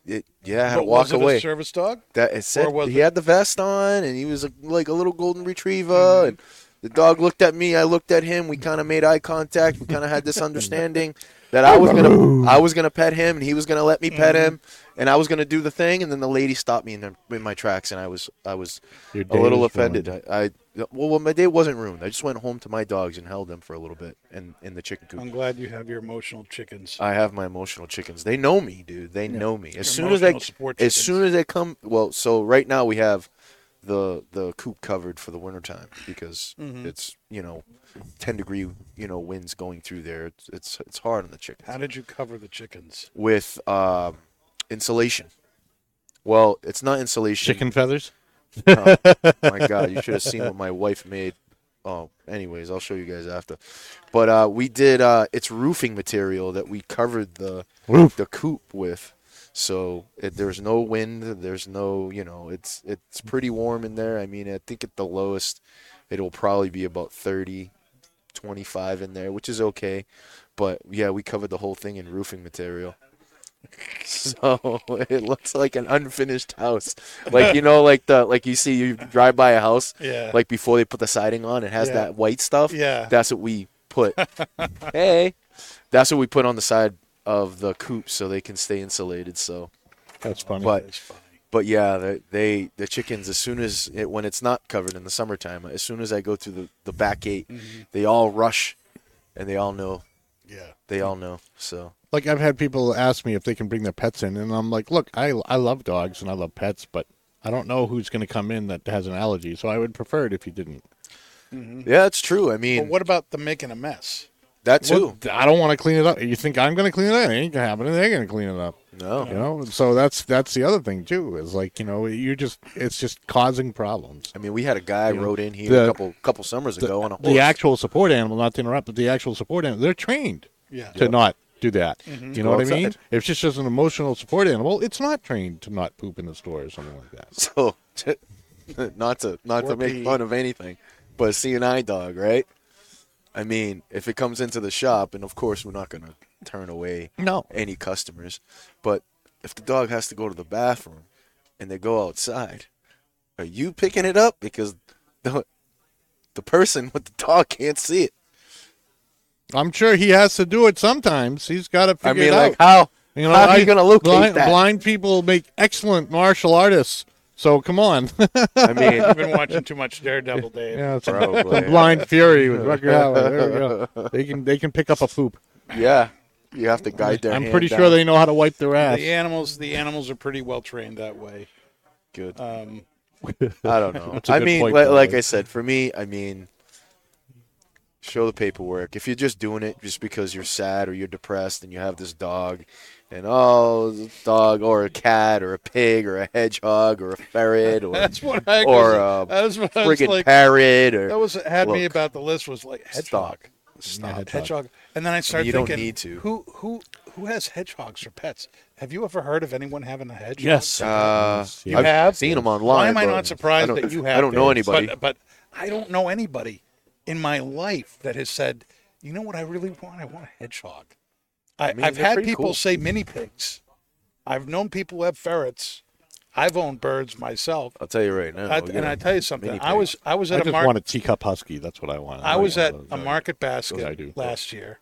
[SPEAKER 3] it, yeah, I had to
[SPEAKER 2] But
[SPEAKER 3] walk
[SPEAKER 2] was it
[SPEAKER 3] away.
[SPEAKER 2] a service dog?
[SPEAKER 3] That it said
[SPEAKER 2] Or was
[SPEAKER 3] he
[SPEAKER 2] it-
[SPEAKER 3] had the vest on and he was a, like a little golden retriever
[SPEAKER 2] Mm-hmm.
[SPEAKER 3] and the dog looked at me, I looked at him, we kind of made eye contact, we kind of had
[SPEAKER 2] [laughs]
[SPEAKER 3] this understanding that I was going to I was going to pet him and he was going to let me pet
[SPEAKER 2] Mm-hmm.
[SPEAKER 3] him and I was going to do the thing and then the lady stopped me in, the, in my tracks and I was I was
[SPEAKER 4] Your
[SPEAKER 3] a
[SPEAKER 4] day
[SPEAKER 3] little
[SPEAKER 4] is
[SPEAKER 3] offended.
[SPEAKER 4] ruined.
[SPEAKER 3] I, I well, well, my day wasn't ruined. I just went home to my dogs and held them for a little bit and in the chicken coop.
[SPEAKER 2] I'm glad you have your emotional
[SPEAKER 4] Uh,
[SPEAKER 2] chickens.
[SPEAKER 3] I have my emotional chickens. They know me, dude. They know me. As soon as
[SPEAKER 2] emotional
[SPEAKER 3] I,
[SPEAKER 2] support
[SPEAKER 3] as
[SPEAKER 2] chickens.
[SPEAKER 3] soon as I come, well, so right now we have the the coop covered for the wintertime because
[SPEAKER 2] Mm-hmm.
[SPEAKER 3] it's you know ten degree you know winds going through there. It's it's, it's hard on the chickens
[SPEAKER 2] How did you cover the chickens?
[SPEAKER 3] with um, insulation. Well, it's not insulation.
[SPEAKER 4] chicken feathers.
[SPEAKER 3] Oh, my God, you should have seen what my wife made. Oh, anyways, I'll show you guys after. But uh, we did. Uh, it's roofing material that we covered the
[SPEAKER 4] Roof.
[SPEAKER 3] the coop with. So it, there's no wind. There's no, you know, it's it's pretty warm in there. I mean, I think at the lowest, it'll probably be about 30, 25 in there, which is okay. But yeah, we covered the whole thing in roofing material. [laughs] So [laughs] it looks like an unfinished house. Like you know, like the like you see you drive by a house,
[SPEAKER 2] Yeah.
[SPEAKER 3] like before they put the siding on, it has
[SPEAKER 2] Yeah.
[SPEAKER 3] that white stuff.
[SPEAKER 2] Yeah.
[SPEAKER 3] That's what we
[SPEAKER 2] [laughs]
[SPEAKER 3] put. hey. That's what we put on the side of the coop so they can stay insulated. So
[SPEAKER 4] That's funny.
[SPEAKER 3] but
[SPEAKER 2] That's funny.
[SPEAKER 3] but yeah, they, they the chickens as soon as it when it's not covered in the summertime, as soon as I go through the, the back gate,
[SPEAKER 2] Mm-hmm.
[SPEAKER 3] they all rush and they all know.
[SPEAKER 2] Yeah.
[SPEAKER 3] They all know. So
[SPEAKER 4] like I've had people ask me if they can bring their pets in, and I'm like, look, I I love dogs and I love pets, but I don't know who's going to come in that has an allergy, so I would prefer it if you didn't.
[SPEAKER 3] yeah, it's true. I
[SPEAKER 2] Mm-hmm. But
[SPEAKER 3] mean
[SPEAKER 2] what about the making a mess?
[SPEAKER 3] that too.
[SPEAKER 4] Well, I don't want to clean it up. You think I'm going to clean it up? It ain't going to happen. They're going to clean it up.
[SPEAKER 3] No.
[SPEAKER 4] You know, so that's that's the other thing too. Is like you know, you're just it's just causing problems.
[SPEAKER 3] I mean, we had a guy rode in here a
[SPEAKER 4] the-
[SPEAKER 3] couple couple summers ago on a horse.
[SPEAKER 4] The actual support animal, not to interrupt, but the actual support animal, they're trained
[SPEAKER 2] Yeah.
[SPEAKER 4] to not do that. You know
[SPEAKER 3] Go
[SPEAKER 4] what I mean?
[SPEAKER 3] outside.
[SPEAKER 4] If she's just an emotional support animal, it's not trained to not poop in the store or something like that.
[SPEAKER 3] So, [laughs] not to not
[SPEAKER 2] Or
[SPEAKER 3] to make
[SPEAKER 2] pee.
[SPEAKER 3] fun of anything, but a CNI dog, right? I mean, if it comes into the shop, and of course we're not gonna turn away
[SPEAKER 4] No.
[SPEAKER 3] any customers, but if the dog has to go to the bathroom and they go outside, are you picking it up because the the person with the dog can't see it?
[SPEAKER 4] I'm sure he has to do it sometimes. He's got to figure
[SPEAKER 3] I mean,
[SPEAKER 4] it
[SPEAKER 3] like
[SPEAKER 4] out.
[SPEAKER 3] how
[SPEAKER 4] You know,
[SPEAKER 3] how are
[SPEAKER 4] I-
[SPEAKER 3] you gonna locate
[SPEAKER 4] blind,
[SPEAKER 3] that?
[SPEAKER 4] blind people make excellent martial artists. So come on,
[SPEAKER 3] I mean,
[SPEAKER 2] I've been watching too much Daredevil, Dave.
[SPEAKER 4] [laughs] yeah, some,
[SPEAKER 3] Probably.
[SPEAKER 4] some [laughs] blind fury with Rucker Howard. There we go. They can they can pick up a poop.
[SPEAKER 3] yeah, you have to guide their.
[SPEAKER 4] I'm
[SPEAKER 3] hand
[SPEAKER 4] pretty
[SPEAKER 3] down.
[SPEAKER 4] sure they know how to wipe their ass.
[SPEAKER 2] The animals, the animals are pretty well trained that way.
[SPEAKER 3] good.
[SPEAKER 4] [laughs]
[SPEAKER 2] Um,
[SPEAKER 3] I don't know.
[SPEAKER 4] a
[SPEAKER 3] I
[SPEAKER 4] good
[SPEAKER 3] mean,
[SPEAKER 4] point,
[SPEAKER 3] li-
[SPEAKER 4] by the
[SPEAKER 3] like
[SPEAKER 4] way.
[SPEAKER 3] I said, for me, I mean, show the paperwork. If you're just doing it just because you're sad or you're depressed and you have this dog, and oh, this dog or a cat or a pig or a hedgehog or a ferret or
[SPEAKER 2] that's what I
[SPEAKER 3] or
[SPEAKER 2] was,
[SPEAKER 3] a
[SPEAKER 4] uh,
[SPEAKER 2] that was what [laughs] I was
[SPEAKER 3] friggin'
[SPEAKER 2] like.
[SPEAKER 3] parrot or
[SPEAKER 2] that was what had me
[SPEAKER 3] Look.
[SPEAKER 2] about the list was like hedgehog,
[SPEAKER 3] Stop.
[SPEAKER 2] Stop.
[SPEAKER 4] hedgehog.
[SPEAKER 2] hedgehog. and then I started
[SPEAKER 3] you don't
[SPEAKER 2] thinking,
[SPEAKER 3] need to.
[SPEAKER 2] who who who has hedgehogs for pets? Have you ever heard of anyone having a hedgehog?
[SPEAKER 4] Yes.
[SPEAKER 3] Uh,
[SPEAKER 4] You
[SPEAKER 3] I've
[SPEAKER 2] have?
[SPEAKER 3] seen them online.
[SPEAKER 2] Why am I
[SPEAKER 3] but
[SPEAKER 2] not surprised
[SPEAKER 3] don't-
[SPEAKER 2] that you have?
[SPEAKER 3] I don't know
[SPEAKER 2] those?
[SPEAKER 3] anybody.
[SPEAKER 2] But, but I don't know anybody in my life that has said, you know what I really want? I want a hedgehog. I, I
[SPEAKER 3] mean,
[SPEAKER 2] have
[SPEAKER 3] they're
[SPEAKER 2] had
[SPEAKER 3] pretty
[SPEAKER 2] people
[SPEAKER 3] cool.
[SPEAKER 2] say mini pigs. I've known people who have ferrets. I've owned birds myself.
[SPEAKER 3] I'll tell you right now.
[SPEAKER 2] I,
[SPEAKER 3] we'll get
[SPEAKER 2] and I
[SPEAKER 3] a
[SPEAKER 2] tell you something.
[SPEAKER 3] Oh, mini
[SPEAKER 2] I
[SPEAKER 3] pig.
[SPEAKER 2] was I was
[SPEAKER 4] I
[SPEAKER 2] at a
[SPEAKER 4] just
[SPEAKER 2] market.
[SPEAKER 4] want a teacup husky. That's what I want.
[SPEAKER 3] Oh,
[SPEAKER 4] uh,
[SPEAKER 2] I was
[SPEAKER 4] want
[SPEAKER 2] at
[SPEAKER 4] one of
[SPEAKER 2] a
[SPEAKER 4] those.
[SPEAKER 2] market
[SPEAKER 4] I do.
[SPEAKER 2] basket last year,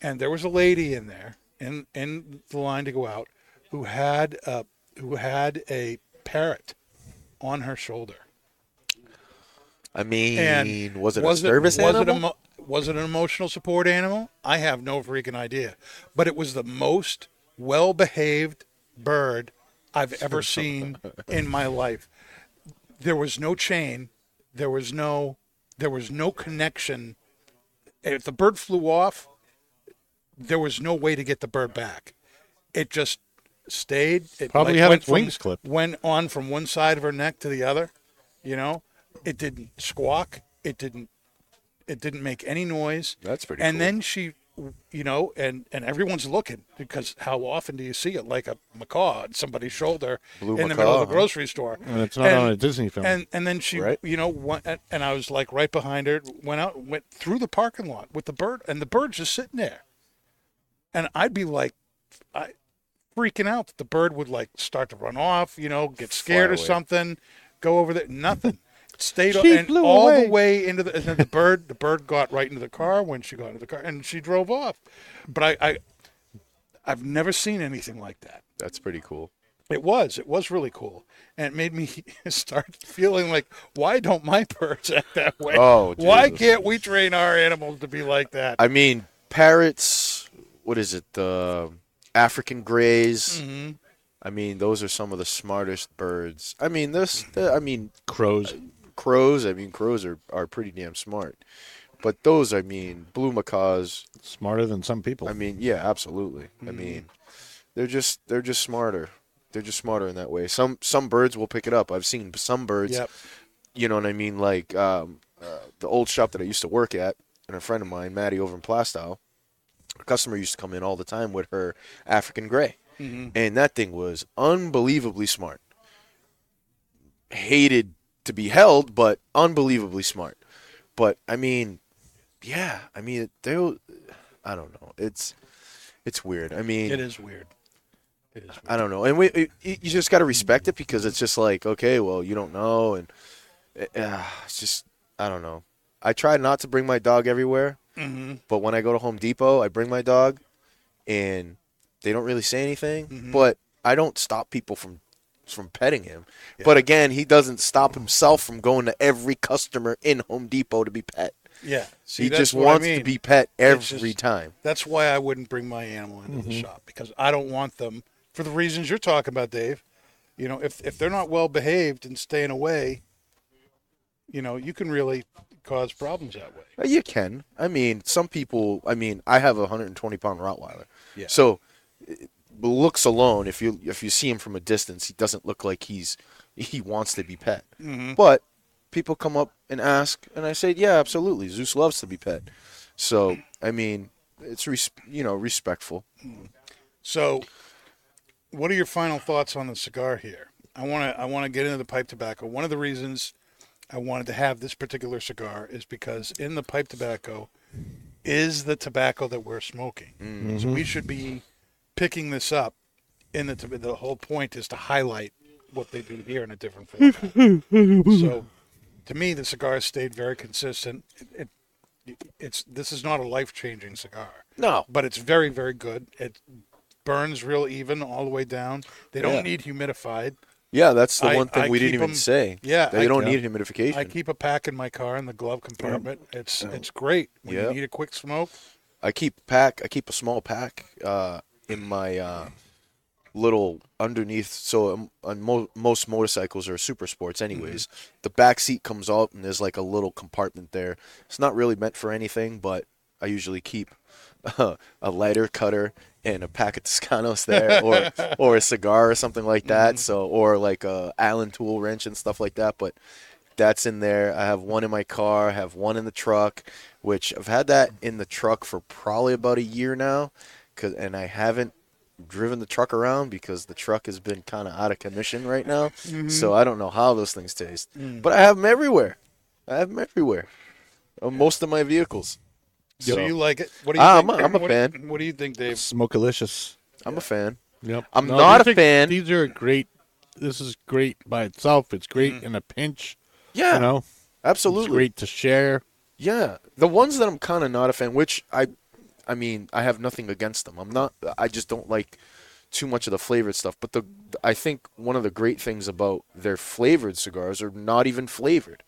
[SPEAKER 2] and there was a lady in there in in the line to go out who had a who had a parrot on her shoulder.
[SPEAKER 3] I mean,
[SPEAKER 2] And
[SPEAKER 3] was it a service
[SPEAKER 2] was
[SPEAKER 3] animal?
[SPEAKER 2] It emo- was it an emotional support animal? I have no freaking idea. But it was the most well behaved bird
[SPEAKER 3] [laughs]
[SPEAKER 2] I've ever seen in my life. There was no chain. There was no there was no connection. If the bird flew off, there was no way to get the bird back. It just stayed. It
[SPEAKER 4] Probably had its wings
[SPEAKER 2] from,
[SPEAKER 4] clipped.
[SPEAKER 2] Went on from one side of her neck to the other. You know, it didn't squawk. It didn't. It didn't make any noise.
[SPEAKER 3] That's pretty
[SPEAKER 2] And
[SPEAKER 3] cool.
[SPEAKER 2] then she, you know, and and everyone's looking because how often do you see it like a macaw on somebody's shoulder
[SPEAKER 3] Blue
[SPEAKER 2] in the middle
[SPEAKER 3] macaw,
[SPEAKER 2] of a
[SPEAKER 3] huh?
[SPEAKER 2] grocery store?
[SPEAKER 4] And it's not on a Disney film.
[SPEAKER 2] And and then she,
[SPEAKER 3] Right.
[SPEAKER 2] you know, went, and I was like right behind her. Went out, went through the parking lot with the bird, and the bird's just sitting there. And I'd be like, I freaking out that the bird would like start to run off, you know, get scared or
[SPEAKER 3] away.
[SPEAKER 2] something, go over there.
[SPEAKER 4] [laughs]
[SPEAKER 2] Nothing. Stayed
[SPEAKER 4] She
[SPEAKER 2] and
[SPEAKER 4] flew
[SPEAKER 2] all
[SPEAKER 4] away.
[SPEAKER 2] the way into the and then the bird the bird got right into the car when she got into the car and she drove off. But I, I I've never seen anything like that.
[SPEAKER 3] That's pretty cool.
[SPEAKER 2] It was. It was really cool. And it made me [laughs] start feeling like, why don't my birds act that way?
[SPEAKER 3] Oh,
[SPEAKER 2] why
[SPEAKER 3] Jesus.
[SPEAKER 2] can't we train our animals to be like that?
[SPEAKER 3] I mean, parrots. What is it? The African grays. I mean, those are some of the smartest birds. I mean, this. I mean,
[SPEAKER 4] crows.
[SPEAKER 3] crows. I mean, crows are, are pretty damn smart. But those, I mean, blue macaws.
[SPEAKER 4] Smarter than some people.
[SPEAKER 3] I mean, yeah, absolutely. I mean, they're just they're just smarter. They're just smarter in that way. Some some birds will pick it up. I've seen some birds.
[SPEAKER 2] Yep.
[SPEAKER 3] You know what I mean? Like um, uh, the old shop that I used to work at, and a friend of mine, Maddie, over in Plastow, a customer used to come in all the time with her African gray,
[SPEAKER 2] Mm-hmm.
[SPEAKER 3] and that thing was unbelievably smart. Hated to be held, but unbelievably smart. But I mean, yeah, I mean they. I don't know. It's it's weird. I mean,
[SPEAKER 2] It is weird. It is weird.
[SPEAKER 3] I don't know. And we, it, you just got to respect it because it's just like, okay, well, you don't know, and uh, it's just, I don't know. I try not to bring my dog everywhere, but when I go to Home Depot, I bring my dog, and they don't really say anything.
[SPEAKER 2] Mm-hmm.
[SPEAKER 3] But I don't stop people from from petting him. But again, he doesn't stop himself from going to every customer in Home Depot to be pet.
[SPEAKER 2] Yeah. See,
[SPEAKER 3] he
[SPEAKER 2] that's
[SPEAKER 3] just
[SPEAKER 2] what I
[SPEAKER 3] wants
[SPEAKER 2] mean.
[SPEAKER 3] to be pet
[SPEAKER 2] It's
[SPEAKER 3] every
[SPEAKER 2] just-
[SPEAKER 3] time.
[SPEAKER 2] That's why I wouldn't bring my animal into the shop because I don't want them for the reasons you're talking about, Dave. You know, if if they're not well behaved and staying away, you know, you can really cause problems that way.
[SPEAKER 3] Uh, You can. I mean, some people. I mean, I have a 120 pound Rottweiler.
[SPEAKER 2] Yeah.
[SPEAKER 3] So, it- looks alone. If you if you see him from a distance, he doesn't look like he's he wants to be pet.
[SPEAKER 2] Mm-hmm.
[SPEAKER 3] But people come up and ask, and I say, yeah, absolutely. Zeus loves to be pet. So I mean, it's res- you know respectful.
[SPEAKER 2] So, what are your final thoughts on the cigar here? I want to I want to get into the pipe tobacco. One of the reasons I wanted to have this particular cigar is because in the pipe tobacco is the tobacco that we're smoking. So we should be picking this up. In the tob- the whole point is to highlight what they do here in a different format. so, to me, the cigar stayed very consistent. It, it, it's this is not a life changing cigar
[SPEAKER 3] No,
[SPEAKER 2] but it's very very good. It burns real even all the way down. They don't
[SPEAKER 3] Yeah.
[SPEAKER 2] need humidified.
[SPEAKER 3] yeah, that's the
[SPEAKER 2] I-
[SPEAKER 3] one thing
[SPEAKER 2] I
[SPEAKER 3] we didn't
[SPEAKER 2] keep
[SPEAKER 3] even
[SPEAKER 2] 'em-
[SPEAKER 3] say.
[SPEAKER 2] yeah,
[SPEAKER 3] they
[SPEAKER 2] I-
[SPEAKER 3] don't
[SPEAKER 2] yeah.
[SPEAKER 3] need humidification.
[SPEAKER 2] I keep a pack in my car in the glove compartment. It's it's great when
[SPEAKER 3] Yeah.
[SPEAKER 2] you need a quick smoke.
[SPEAKER 3] I keep pack. I keep a small pack uh, in my uh, little underneath. So um, on mo- most motorcycles are super sports, anyways. The back seat comes out and there's like a little compartment there. It's not really meant for anything, but I usually keep [laughs] uh, a lighter cutter and a pack of Toscanos there, or or a cigar or something like that. So or like a Allen tool wrench and stuff like that. But that's in there. I have one in my car. I have one in the truck, which I've had that in the truck for probably about a year now, 'cause- and I haven't driven the truck around because the truck has been kind of out of commission right now. So I don't know how those things taste, but I have them everywhere. I have them everywhere. On most of my vehicles.
[SPEAKER 2] So
[SPEAKER 3] So-
[SPEAKER 2] you like it? What do you
[SPEAKER 3] Ah,
[SPEAKER 2] think?
[SPEAKER 3] I'm a- I'm a
[SPEAKER 2] what,
[SPEAKER 3] fan.
[SPEAKER 2] What do you think, Dave?
[SPEAKER 4] Smokelicious.
[SPEAKER 3] I'm a fan.
[SPEAKER 4] Yep.
[SPEAKER 3] I'm not
[SPEAKER 4] these
[SPEAKER 3] a
[SPEAKER 4] are-
[SPEAKER 3] fan.
[SPEAKER 4] These are great. This is great by itself. It's great in a pinch.
[SPEAKER 3] Mm. Yeah,
[SPEAKER 4] You know, it's
[SPEAKER 3] absolutely.
[SPEAKER 4] great to share.
[SPEAKER 3] Yeah, the ones that I'm kind of not a fan, which I, I mean, I have nothing against them. I'm not. I just don't like too much of the flavored stuff. But the I think one of the great things about their flavored cigars are not even flavored.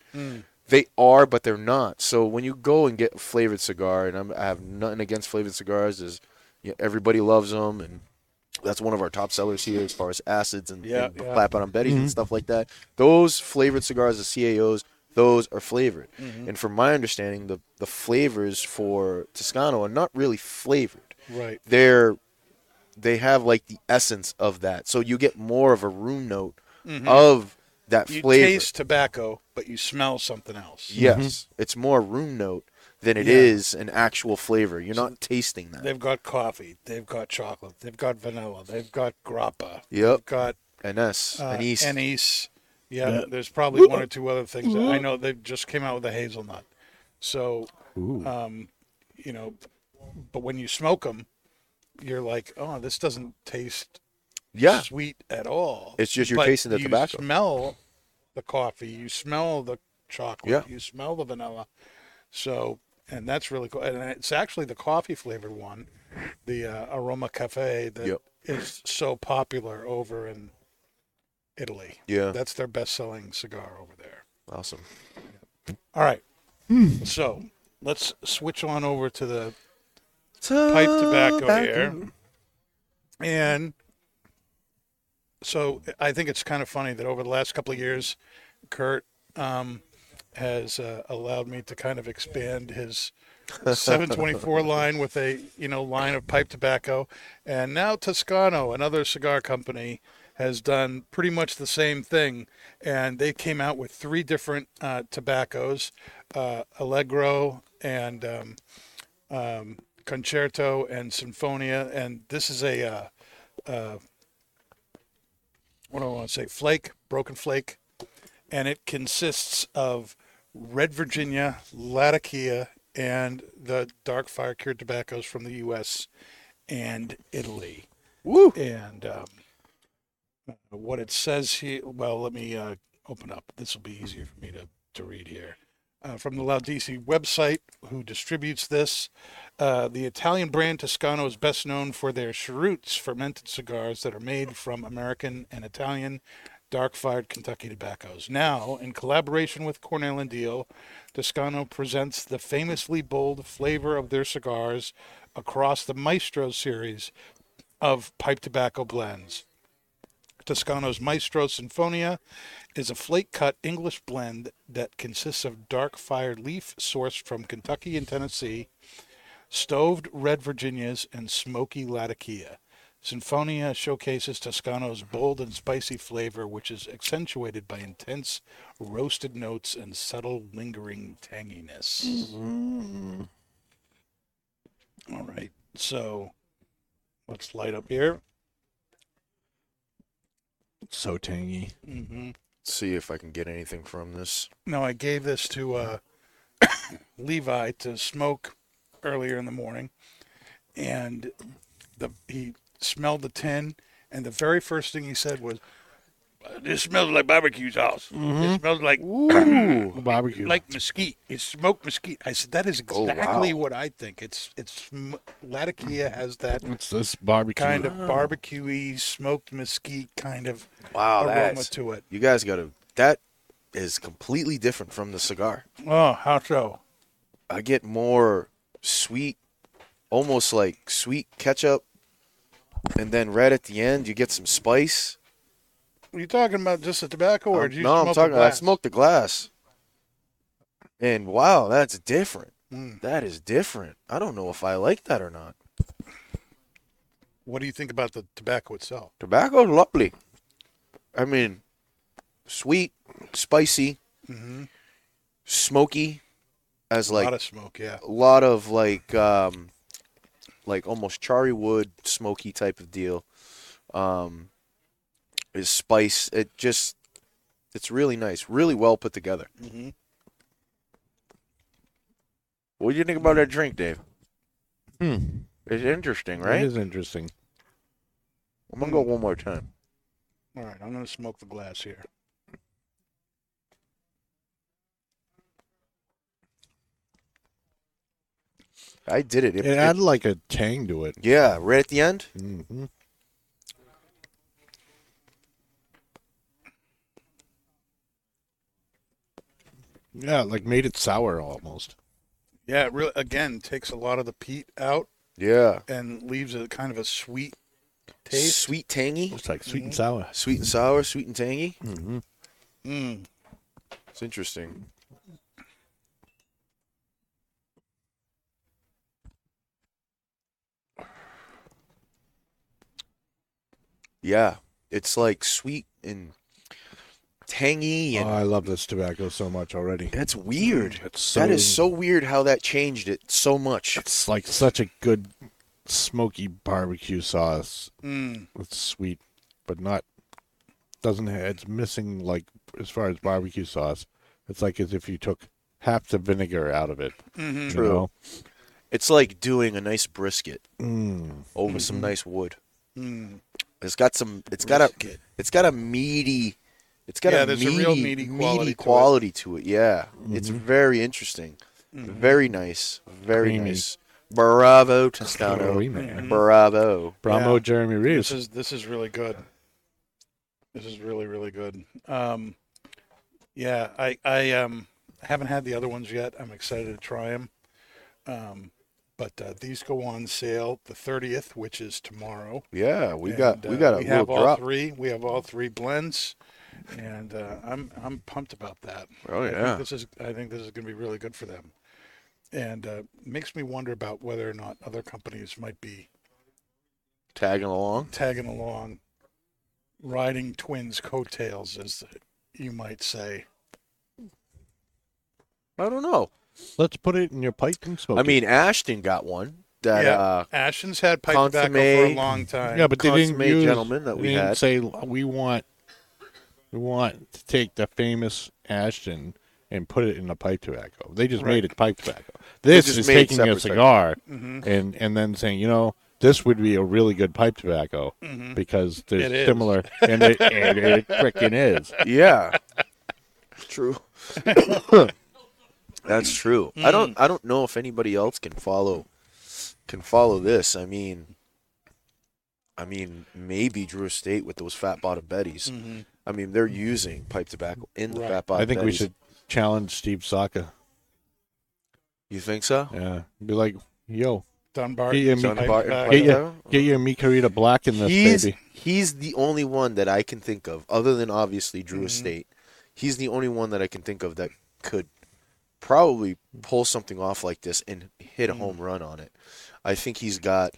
[SPEAKER 3] They are, but they're not. So when you go and get a flavored cigar, and I'm, I have nothing against flavored cigars, is you know, everybody loves them, and that's one of our top sellers here as far as acids and,
[SPEAKER 2] Yeah,
[SPEAKER 3] and
[SPEAKER 2] yeah.
[SPEAKER 3] clap out on Betty's and stuff like that. Those flavored cigars, the CAOs, those are flavored.
[SPEAKER 2] Mm-hmm.
[SPEAKER 3] And from my understanding, the, the flavors for Toscano are not really flavored.
[SPEAKER 2] Right.
[SPEAKER 3] They're they have like the essence of that. So you get more of a room note of that
[SPEAKER 2] Mm-hmm. You
[SPEAKER 3] flavor.
[SPEAKER 2] taste tobacco, but you smell something else.
[SPEAKER 3] yes. It's more room note than it
[SPEAKER 2] Yeah.
[SPEAKER 3] is an actual flavor. You're not tasting that.
[SPEAKER 2] They've got coffee. They've got chocolate. They've got vanilla. They've got grappa.
[SPEAKER 3] Yep.
[SPEAKER 2] They've got
[SPEAKER 3] NS.
[SPEAKER 2] uh,
[SPEAKER 3] anise.
[SPEAKER 2] anise. Yeah,
[SPEAKER 4] Yeah.
[SPEAKER 2] there's probably one or two other things. That I know they just came out with a hazelnut. So, um, you know, but when you smoke them, you're like, oh, this doesn't taste
[SPEAKER 3] yeah.
[SPEAKER 2] sweet at all.
[SPEAKER 3] It's just you're
[SPEAKER 2] But
[SPEAKER 3] tasting the
[SPEAKER 2] you
[SPEAKER 3] tobacco.
[SPEAKER 2] smell the coffee. You smell the chocolate.
[SPEAKER 3] Yeah.
[SPEAKER 2] You smell the vanilla. So, and that's really cool. And it's actually the coffee flavored one, the uh, Aroma Cafe that is
[SPEAKER 3] Yep.
[SPEAKER 2] so popular over in Italy.
[SPEAKER 3] Yeah.
[SPEAKER 2] That's their best selling cigar over there.
[SPEAKER 3] Awesome.
[SPEAKER 2] All right. So let's switch on over to the pipe tobacco here. And so I think it's kind of funny that over the last couple of years, Kurt um, has uh, allowed me to kind of expand his 724 line with a you know line of pipe tobacco, and now Toscano, another cigar company, has done pretty much the same thing, and they came out with three different uh, tobaccos, uh, Allegro and um, um, Concerto and Sinfonia, and this is a uh, uh, what do I want to say? Flake, broken flake, and it consists of red Virginia, Latakia, and the dark fire cured tobaccos from the U.S. and Italy.
[SPEAKER 3] Woo.
[SPEAKER 2] And um, what it says here, well, let me uh, open up. This will be easier for me to, to read here. Uh, from the Laudisi website, who distributes this, uh, the Italian brand Toscano is best known for their cheroots, fermented cigars that are made from American and Italian dark fired Kentucky tobaccos. Now, in collaboration with Cornell and Deal, Toscano presents the famously bold flavor of their cigars across the Maestro series of pipe tobacco blends. Toscano's Maestro Sinfonia is a flake cut English blend that consists of dark fired leaf sourced from Kentucky and Tennessee, stoved red Virginias, and smoky Latakia. Sinfonia showcases Toscano's bold and spicy flavor, which is accentuated by intense roasted notes and subtle
[SPEAKER 4] Mm.
[SPEAKER 3] Mm.
[SPEAKER 2] lingering tanginess. All right. So let's light up here.
[SPEAKER 4] So tangy.
[SPEAKER 2] hmm
[SPEAKER 3] See if I can get anything from this.
[SPEAKER 2] No, I gave this to uh, [coughs] Levi to smoke earlier in the morning, and the he smelled the tin, and the very first thing he said was, "This smells like barbecue sauce.
[SPEAKER 3] Mm-hmm.
[SPEAKER 2] It smells [coughs] like
[SPEAKER 4] Barbecue.
[SPEAKER 2] like mesquite. It's smoked mesquite." I said, "That is
[SPEAKER 3] Oh, wow.
[SPEAKER 2] exactly what I think. It's it's sm- Latakia has that
[SPEAKER 4] it's this barbecue.
[SPEAKER 2] kind of barbecuey smoked mesquite kind of
[SPEAKER 3] Wow,
[SPEAKER 2] aroma
[SPEAKER 3] that's
[SPEAKER 2] to it."
[SPEAKER 3] you guys got to. That is completely different from the cigar.
[SPEAKER 2] Oh, how so?
[SPEAKER 3] I get more sweet, almost like sweet ketchup, and then right at the end you get some spice.
[SPEAKER 2] Are you talking about just the tobacco, or
[SPEAKER 3] Um,
[SPEAKER 2] did you
[SPEAKER 3] no,
[SPEAKER 2] smoke
[SPEAKER 3] I'm
[SPEAKER 2] a
[SPEAKER 3] talking. I
[SPEAKER 2] glass?
[SPEAKER 3] smoked the glass, and wow, that's different.
[SPEAKER 2] Mm.
[SPEAKER 3] That is different. I don't know if I like that or not.
[SPEAKER 2] What do you think about the tobacco itself?
[SPEAKER 3] Tobacco, lovely. I mean, sweet, spicy,
[SPEAKER 2] Mm-hmm.
[SPEAKER 3] smoky, as
[SPEAKER 2] a
[SPEAKER 3] like
[SPEAKER 2] lot of smoke, yeah.
[SPEAKER 3] a lot of like um like almost charry wood smoky type of deal um is spice it just it's really nice really well put together
[SPEAKER 2] Mm-hmm.
[SPEAKER 3] what do you think about that drink dave
[SPEAKER 4] Hmm.
[SPEAKER 3] it's interesting
[SPEAKER 4] That
[SPEAKER 3] right
[SPEAKER 4] is interesting.
[SPEAKER 3] i'm gonna go one more time
[SPEAKER 2] All right, I'm gonna smoke the glass here.
[SPEAKER 3] i did it,
[SPEAKER 4] It,
[SPEAKER 3] It-
[SPEAKER 4] added like a tang to it.
[SPEAKER 3] it- yeah right at the end
[SPEAKER 4] hmm Yeah, it, like made it sour almost.
[SPEAKER 2] Yeah, it really again takes a lot of the peat out
[SPEAKER 3] yeah
[SPEAKER 2] and leaves a kind of a sweet taste.
[SPEAKER 3] sweet tangy
[SPEAKER 4] It's like sweet
[SPEAKER 3] Mm-hmm.
[SPEAKER 4] and sour.
[SPEAKER 3] sweet and sour sweet and tangy
[SPEAKER 4] hmm
[SPEAKER 2] Mm.
[SPEAKER 3] it's interesting yeah it's like sweet and tangy
[SPEAKER 4] Oh,
[SPEAKER 3] and
[SPEAKER 4] I love this tobacco so much already.
[SPEAKER 3] that's weird
[SPEAKER 4] It's
[SPEAKER 3] that is Uh, so weird how that changed it so much
[SPEAKER 4] It's like such a good smoky barbecue sauce.
[SPEAKER 2] Mm.
[SPEAKER 4] It's sweet, but not doesn't have, it's missing like as far as barbecue sauce. It's like as if you took half the vinegar out of it.
[SPEAKER 2] hmm
[SPEAKER 4] you
[SPEAKER 3] True.
[SPEAKER 4] know?
[SPEAKER 3] it's like doing a nice brisket
[SPEAKER 4] Mm.
[SPEAKER 3] over some nice wood
[SPEAKER 2] Mm.
[SPEAKER 3] it's got some it's got a it's got a meaty it's got
[SPEAKER 2] Yeah,
[SPEAKER 3] a,
[SPEAKER 2] there's
[SPEAKER 3] meaty,
[SPEAKER 2] a real meaty quality to it.
[SPEAKER 3] quality to it. Yeah,
[SPEAKER 4] Mm-hmm.
[SPEAKER 3] it's very interesting,
[SPEAKER 2] Mhm.
[SPEAKER 3] very nice, very
[SPEAKER 4] Creamy.
[SPEAKER 3] nice. Bravo, Toscano.
[SPEAKER 4] Creamy. Mhm.
[SPEAKER 3] Bravo.
[SPEAKER 4] Bravo,
[SPEAKER 2] Yeah.
[SPEAKER 4] Jeremy
[SPEAKER 2] This
[SPEAKER 4] Reeves.
[SPEAKER 2] is this is really good. This is really really good. Um, yeah, I I um haven't had the other ones yet. I'm excited to try them. Um, but uh, these go on sale the 30th, which is tomorrow.
[SPEAKER 3] Yeah, we
[SPEAKER 2] And,
[SPEAKER 3] got we
[SPEAKER 2] uh,
[SPEAKER 3] got a
[SPEAKER 2] we
[SPEAKER 3] little
[SPEAKER 2] have all
[SPEAKER 3] drop.
[SPEAKER 2] three. We have all three blends, and uh, I'm I'm pumped about that.
[SPEAKER 3] Oh
[SPEAKER 2] I think
[SPEAKER 3] yeah,
[SPEAKER 2] this is I think this is going to be really good for them, and uh, makes me wonder about whether or not other companies might be
[SPEAKER 3] tagging along.
[SPEAKER 2] tagging along, riding twins' coattails, as you might say.
[SPEAKER 3] I don't know.
[SPEAKER 4] Let's put it in your pipe and smoke.
[SPEAKER 3] I
[SPEAKER 4] it.
[SPEAKER 3] mean, Ashton got one that
[SPEAKER 2] Yeah.
[SPEAKER 3] uh,
[SPEAKER 2] Ashton's had pipe tobacco for a
[SPEAKER 3] Consommé.
[SPEAKER 2] long time.
[SPEAKER 4] yeah, but they didn't
[SPEAKER 3] consummate
[SPEAKER 4] use,
[SPEAKER 3] gentleman that
[SPEAKER 4] they
[SPEAKER 3] we
[SPEAKER 4] didn't
[SPEAKER 3] had.
[SPEAKER 4] say we want we want to take the famous Ashton and put it in a pipe tobacco. They just
[SPEAKER 2] Right.
[SPEAKER 4] made it pipe tobacco. This
[SPEAKER 3] just
[SPEAKER 4] is
[SPEAKER 3] made it
[SPEAKER 4] taking a
[SPEAKER 3] separate
[SPEAKER 4] cigar
[SPEAKER 2] hmm
[SPEAKER 4] and and then saying, you know, this would be a really good pipe tobacco
[SPEAKER 2] hmm
[SPEAKER 3] Mm-hmm.
[SPEAKER 4] because
[SPEAKER 2] It
[SPEAKER 4] there's
[SPEAKER 2] is.
[SPEAKER 4] similar,
[SPEAKER 3] [laughs]
[SPEAKER 4] and it, and it freaking is.
[SPEAKER 3] yeah, true. [coughs] That's true. I don't I don't know if anybody else can follow can follow this. I mean, I mean maybe Drew Estate with those fat bottom Bettys.
[SPEAKER 2] hmm
[SPEAKER 3] I mean they're using pipe tobacco in the
[SPEAKER 2] Right.
[SPEAKER 3] fat bottom.
[SPEAKER 4] I think we
[SPEAKER 3] Bettys.
[SPEAKER 4] should challenge Steve Saka.
[SPEAKER 3] You think so?
[SPEAKER 4] Yeah, be like, yo,
[SPEAKER 2] Dunbar.
[SPEAKER 4] He uh, and
[SPEAKER 2] is
[SPEAKER 4] me-
[SPEAKER 2] pipe
[SPEAKER 3] Dunbar-
[SPEAKER 2] tobacco.
[SPEAKER 4] Get
[SPEAKER 3] Pipe
[SPEAKER 4] your,
[SPEAKER 3] tobacco?
[SPEAKER 4] get your Micarita Black in this
[SPEAKER 3] He's
[SPEAKER 4] baby.
[SPEAKER 3] he's the only one that I can think of, other than obviously Drew
[SPEAKER 2] Mhm.
[SPEAKER 3] Estate. He's the only one that I can think of that could probably pull something off like this and hit a home run on it. I think he's got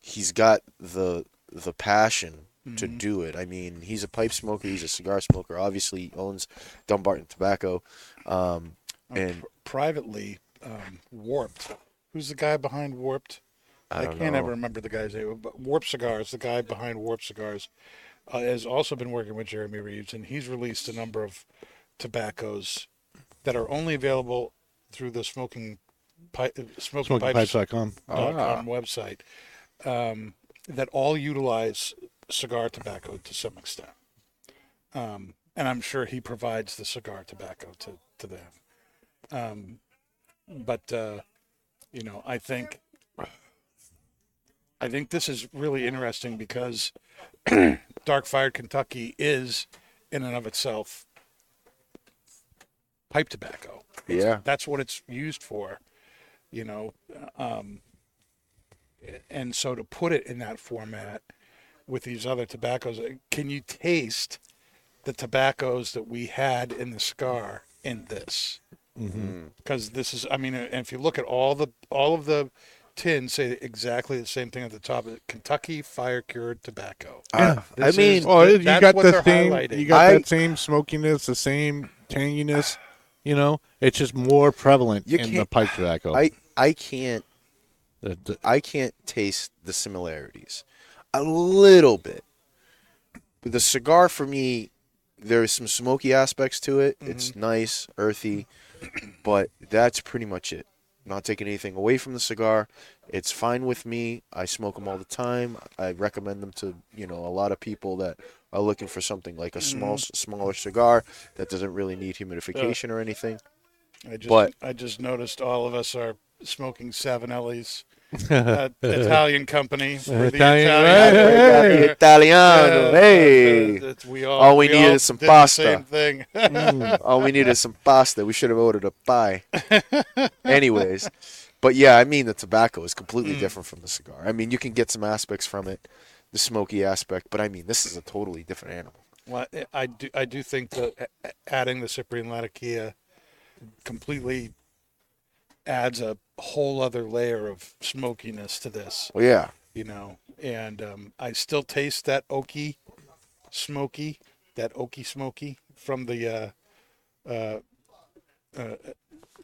[SPEAKER 3] he's got the the passion to
[SPEAKER 2] Mhm.
[SPEAKER 3] do it. I mean, he's a pipe smoker, he's a cigar smoker. Obviously, he owns Dumbarton Tobacco. Um,
[SPEAKER 2] Um,
[SPEAKER 3] and
[SPEAKER 2] pr- privately um, warped who's the guy behind warped
[SPEAKER 3] I
[SPEAKER 2] I
[SPEAKER 3] don't
[SPEAKER 2] can't
[SPEAKER 3] know.
[SPEAKER 2] ever remember the guy's name, but Warp Cigars, the guy behind Warp Cigars, uh, has also been working with Jeremy Reeves, and he's released a number of tobaccos that are only available through the smoking pipe, smoking, pipes
[SPEAKER 4] SmokingPipes.com.
[SPEAKER 2] dot com website um, that all utilize cigar tobacco to some extent. Um, and I'm sure he provides the cigar tobacco to, to them. Um, but, uh, you know, I think. I think this is really interesting because [clears throat] Dark Fired Kentucky is, in and of itself, pipe tobacco.
[SPEAKER 3] Yeah.
[SPEAKER 2] That's what it's used for, you know. Um, and so to put it in that format with these other tobaccos, uh, can you taste the tobaccos that we had in the cigar in this?
[SPEAKER 3] Mm-hmm.
[SPEAKER 2] Because this is, I mean, and if you look at all the all of the tins, say exactly the same thing at the top: Kentucky fire cured tobacco.
[SPEAKER 3] I, Uh, I
[SPEAKER 2] This
[SPEAKER 3] mean,
[SPEAKER 2] is-
[SPEAKER 4] Oh, you
[SPEAKER 2] That's
[SPEAKER 4] got
[SPEAKER 2] what
[SPEAKER 4] the
[SPEAKER 2] they're
[SPEAKER 4] same.
[SPEAKER 2] highlighting.
[SPEAKER 4] You got
[SPEAKER 3] I-
[SPEAKER 4] that same smokiness, the same tanginess. You know, it's just more prevalent
[SPEAKER 3] You
[SPEAKER 4] in the
[SPEAKER 3] can't-
[SPEAKER 4] pipe tobacco.
[SPEAKER 3] I I can't
[SPEAKER 4] The- the-
[SPEAKER 3] I can't taste the similarities. A little bit. But the cigar for me, there's some smoky aspects to it.
[SPEAKER 4] Mm-hmm.
[SPEAKER 3] It's nice, earthy, but that's pretty much it. Not taking anything away from the cigar. It's fine with me. I smoke them all the time. I recommend them to you know a lot of people that are looking for something like a small,
[SPEAKER 4] Mm-hmm.
[SPEAKER 3] smaller cigar that doesn't really need humidification or anything.
[SPEAKER 2] I just,
[SPEAKER 3] But-
[SPEAKER 2] I just noticed all of us are smoking
[SPEAKER 3] [laughs]
[SPEAKER 2] Savinelli's uh, Italian company. We're the
[SPEAKER 4] Italian-
[SPEAKER 2] Italian.
[SPEAKER 4] Hey.
[SPEAKER 3] Italiano, hey.
[SPEAKER 2] Uh, it's- we all,
[SPEAKER 3] All we need
[SPEAKER 2] all
[SPEAKER 3] is some
[SPEAKER 2] did the
[SPEAKER 3] pasta.
[SPEAKER 2] same thing. [laughs]
[SPEAKER 3] [laughs] All Oh, we need is some pasta. We should have ordered a pie. Anyways, but yeah, I mean the tobacco is completely different from the cigar. I mean you can get some aspects from it, the smoky aspect, but I mean this is a totally different animal.
[SPEAKER 2] well, I do, I do think that a- adding the Cyprian Latakia completely adds a whole other layer of smokiness to this.
[SPEAKER 3] Well, Oh, yeah,
[SPEAKER 2] you know, and um, I still taste that oaky, smoky, that oaky smoky from the uh, uh, uh,